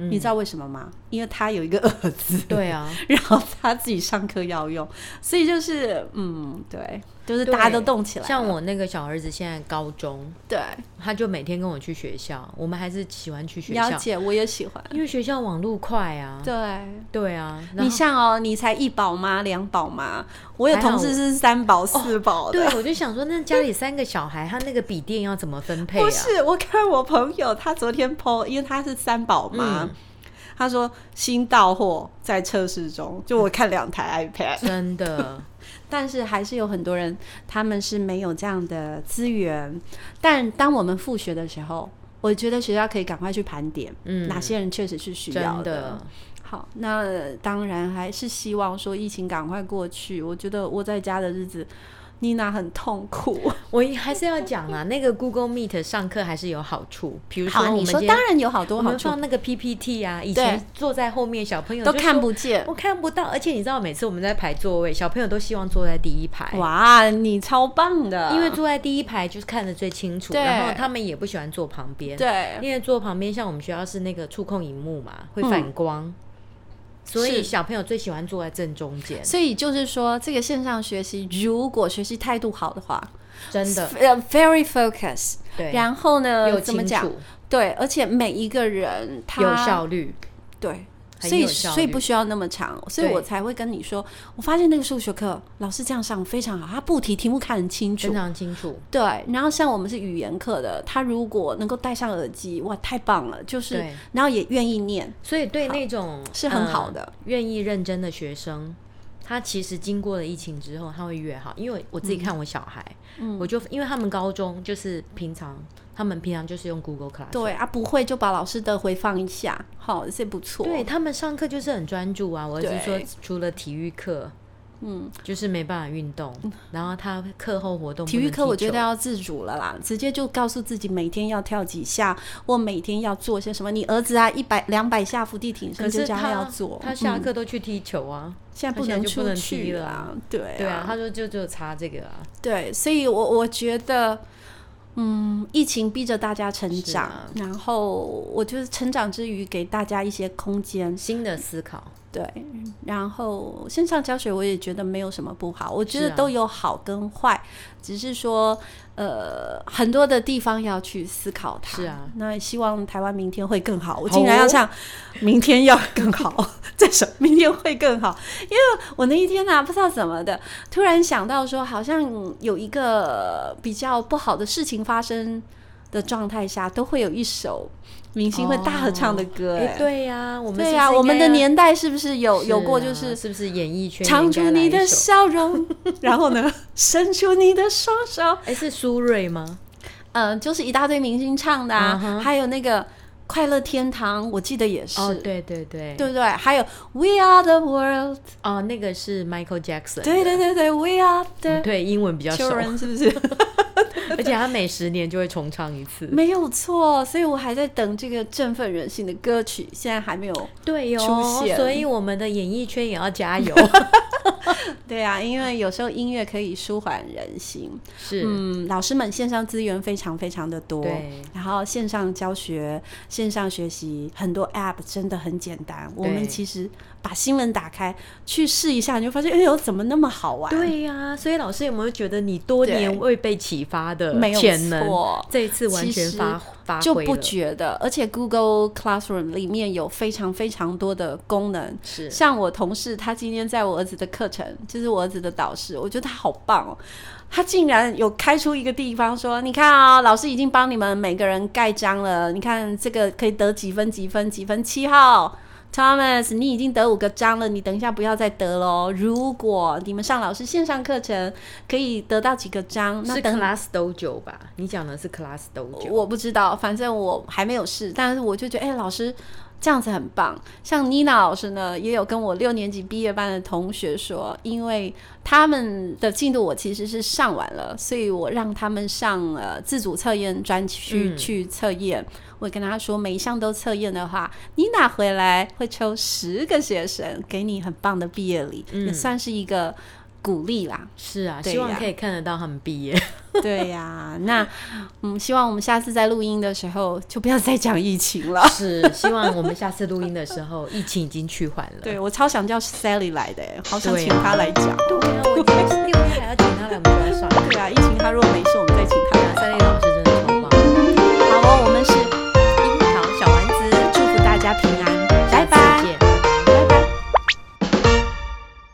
Speaker 2: 嗯
Speaker 1: 你知道为什么吗？因为他有一个儿子，
Speaker 2: 对啊，
Speaker 1: 然后他自己上课要用，所以就是嗯，对，就是
Speaker 2: 对
Speaker 1: 大家都动起来了，
Speaker 2: 像我那个小儿子现在高中，
Speaker 1: 对，
Speaker 2: 他就每天跟我去学校，我们还是喜欢去学
Speaker 1: 了
Speaker 2: 校，
Speaker 1: 解，我也喜欢，
Speaker 2: 因为学校网路快啊。
Speaker 1: 对。
Speaker 2: 对啊，然
Speaker 1: 你
Speaker 2: 后
Speaker 1: 像哦，你才一宝吗？两宝吗？我有哦
Speaker 2: 还好
Speaker 1: 同事是三宝、四宝的。
Speaker 2: 对，我就想说，那家里三个小孩，他那个笔电要怎么分配
Speaker 1: 不
Speaker 2: 啊？
Speaker 1: 是，我看我朋友他昨天 PO，因为他是三宝妈，
Speaker 2: 嗯
Speaker 1: 他说新到货在测试中，就我看两 台 iPad，
Speaker 2: 真的，
Speaker 1: 但是还是有很多人他们是没有这样的资源。但当我们复学的时候，我觉得学校可以赶快去盘点，
Speaker 2: 嗯
Speaker 1: 哪些人确实是需
Speaker 2: 真
Speaker 1: 要
Speaker 2: 的，
Speaker 1: 好，那当然还是希望说疫情赶快过去。我觉得窝在家的日子，妮娜很痛苦。
Speaker 2: 我还是要讲啊，那个 Google Meet 上课还是有好处，比如说我们
Speaker 1: 你
Speaker 2: 今
Speaker 1: 说
Speaker 2: 天
Speaker 1: 当然有好
Speaker 2: 我
Speaker 1: 多好
Speaker 2: 们
Speaker 1: 处
Speaker 2: 放那个 PPT 啊，以前坐在后面小朋友
Speaker 1: 都
Speaker 2: 就
Speaker 1: 看
Speaker 2: 说
Speaker 1: 不见。
Speaker 2: 我看不到，而且你知道每次我们在排座位，小朋友都希望坐在第一排。
Speaker 1: 哇，你超棒的！
Speaker 2: 因为坐在第一排就是看得最清楚，
Speaker 1: 对
Speaker 2: 然后他们也不喜欢坐旁边，，
Speaker 1: 对
Speaker 2: 因为坐旁边像我们学校是那个触控荧幕嘛，会反光，所以
Speaker 1: 嗯是
Speaker 2: 小朋友最喜欢坐在正中间，
Speaker 1: 所以就是说，这个线上学习，如果学习态度好的话，
Speaker 2: 真的，
Speaker 1: 呃，very focus。
Speaker 2: 对，
Speaker 1: 然后呢，
Speaker 2: 又
Speaker 1: 呃怎么
Speaker 2: 清
Speaker 1: 讲
Speaker 2: 楚？，
Speaker 1: 对，而且每一个人他
Speaker 2: 有效率，
Speaker 1: 对，
Speaker 2: 很
Speaker 1: 所以
Speaker 2: 有效
Speaker 1: 所以
Speaker 2: 率
Speaker 1: 不需要那么长，所以
Speaker 2: 对
Speaker 1: 我才会跟你说，我发现那个数学课老师这样上非常好，他不提题目看很清
Speaker 2: 非
Speaker 1: 楚。
Speaker 2: 常清楚，
Speaker 1: 对，然后像我们是语言课的，他如果能够戴上耳机，哇，太棒了！就是
Speaker 2: 对，
Speaker 1: 然后也愿意念，
Speaker 2: 所以对那种
Speaker 1: 是很
Speaker 2: 呃
Speaker 1: 好的
Speaker 2: 愿意认真的学生，他其实经过了疫情之后，他会越好。因为我
Speaker 1: 嗯
Speaker 2: 自己看我小孩，我就因为他们高中就是平常，他们平常就是用 Google Class，
Speaker 1: 对啊，不会就把老师的回放一下，好，这不错。
Speaker 2: 对他们上课就是很专注啊。我是说
Speaker 1: 对，
Speaker 2: 除了体育课，嗯，就是没办法运动，然后他课后活动
Speaker 1: 嗯
Speaker 2: 不
Speaker 1: 体育
Speaker 2: 能
Speaker 1: 课
Speaker 2: 踢
Speaker 1: 我觉
Speaker 2: 球
Speaker 1: 得要自主了啦，直接就告诉自己每天要跳几下，或每天要做些什么。你儿子啊，一百两百下伏地挺身
Speaker 2: 可
Speaker 1: 就是这样
Speaker 2: 他
Speaker 1: 要做，
Speaker 2: 他下课都去踢球啊。
Speaker 1: 现在
Speaker 2: 他
Speaker 1: 不
Speaker 2: 现在
Speaker 1: 能
Speaker 2: 就不
Speaker 1: 出
Speaker 2: 能踢
Speaker 1: 去
Speaker 2: 了
Speaker 1: 啦
Speaker 2: 啊，
Speaker 1: 对
Speaker 2: 对啊，他说就就差这个啊，
Speaker 1: 对，所以我我觉得，嗯，疫情逼着大家成
Speaker 2: 是
Speaker 1: 长，
Speaker 2: 啊
Speaker 1: 然后我觉得成长之余给大家一些空间，
Speaker 2: 新的思考。
Speaker 1: 对，然后线上教学我也觉得没有什么不好，我觉
Speaker 2: 是
Speaker 1: 得
Speaker 2: 啊
Speaker 1: 都有好跟坏，只是说呃很多的地方要去思考它。
Speaker 2: 是啊，
Speaker 1: 那希望台湾明天会更好。我
Speaker 2: 好
Speaker 1: 竟然要
Speaker 2: 哦
Speaker 1: 唱《明天要更好》 这首，明天会更好。因为我那一天啊，不知道怎么的，突然想到说，好像有一个比较不好的事情发生的状态下，都会有一首明星会大合唱的歌、
Speaker 2: 哎、
Speaker 1: 哎、
Speaker 2: 对呀、我们
Speaker 1: 对
Speaker 2: 呀、
Speaker 1: 呀、我们的年代是不是有有过
Speaker 2: 啊
Speaker 1: 就是
Speaker 2: 是不是演艺圈
Speaker 1: 唱
Speaker 2: 也
Speaker 1: 出
Speaker 2: 应该
Speaker 1: 你
Speaker 2: 来
Speaker 1: 的
Speaker 2: 一首
Speaker 1: 笑 容，然后呢，伸出你的双手，
Speaker 2: 哎、是苏芮吗？
Speaker 1: 嗯、就是一大堆明星唱的啊
Speaker 2: 嗯哼
Speaker 1: 还有那个快乐天堂，我记得也是，
Speaker 2: 哦，对对对，
Speaker 1: 对不对？还有 We Are the World，
Speaker 2: 哦，那个是 Michael Jackson，
Speaker 1: 对对对对，We Are
Speaker 2: 嗯
Speaker 1: the
Speaker 2: 对，英文比较熟，
Speaker 1: Children，是不是？
Speaker 2: 而且他每十年就会重唱一次。
Speaker 1: 没有错，所以我还在等这个振奋人心的歌曲，现在还没有。
Speaker 2: 对哟、
Speaker 1: 出现
Speaker 2: 所以我们的演艺圈也要加油。
Speaker 1: 对啊，因为有时候音乐可以舒缓人心。
Speaker 2: 是、
Speaker 1: 嗯，老师们线上资源非常非常的多，
Speaker 2: 对
Speaker 1: 然后线上教学、线上学习，很多 App 真的很简单。我们其实把新闻打开去试一下，你就发现，哎呦，怎么那么好玩？，
Speaker 2: 对呀、所以老师有没有觉得你多年未被启发的
Speaker 1: 没有
Speaker 2: 潜能，
Speaker 1: 错
Speaker 2: 这一次完全
Speaker 1: 其实
Speaker 2: 发发
Speaker 1: 就
Speaker 2: 挥
Speaker 1: 不
Speaker 2: 了？
Speaker 1: 觉得。而且 Google Classroom 里面有非常非常多的功能。
Speaker 2: 是
Speaker 1: 像我同事，他今天在我儿子的课程，就是我儿子的导师，我觉得他好棒哦。他竟然有开出一个地方说：“你看啊、老师已经帮你们每个人盖章了，你看这个可以得几分几分几分七号。” Thomas，你已经得五个章了，你等一下不要再得喽。如果你们上老师线上课程可以得到几个章，那
Speaker 2: 是
Speaker 1: 等哦
Speaker 2: Class Dojo 吧？你讲的是 Class Dojo，
Speaker 1: 我不知道，反正我还没有试，但是我就觉得，哎、老师这样子很棒。像妮娜老师呢，也有跟我六年级毕业班的同学说，因为他们的进度我其实是上完了，所以我让他们上呃自主测验专区去测验。我跟他说，每一项都测验的话，妮娜回来会抽十个学生给你很棒的毕业礼，也算是一个鼓励啦。
Speaker 2: 是啊，
Speaker 1: 对
Speaker 2: 希望
Speaker 1: 呀
Speaker 2: 可以看得到他们毕 业。
Speaker 1: 对呀、那嗯，希望我们下次在录音的时候就不要再讲疫情 了。
Speaker 2: 是， 希望我们下次录音的时候，疫情已经趋缓了。
Speaker 1: 对我超想叫 Sally 来的耶，好想
Speaker 2: 对
Speaker 1: 请她来讲。
Speaker 2: 对啊，我已经
Speaker 1: 啊哦
Speaker 2: 啊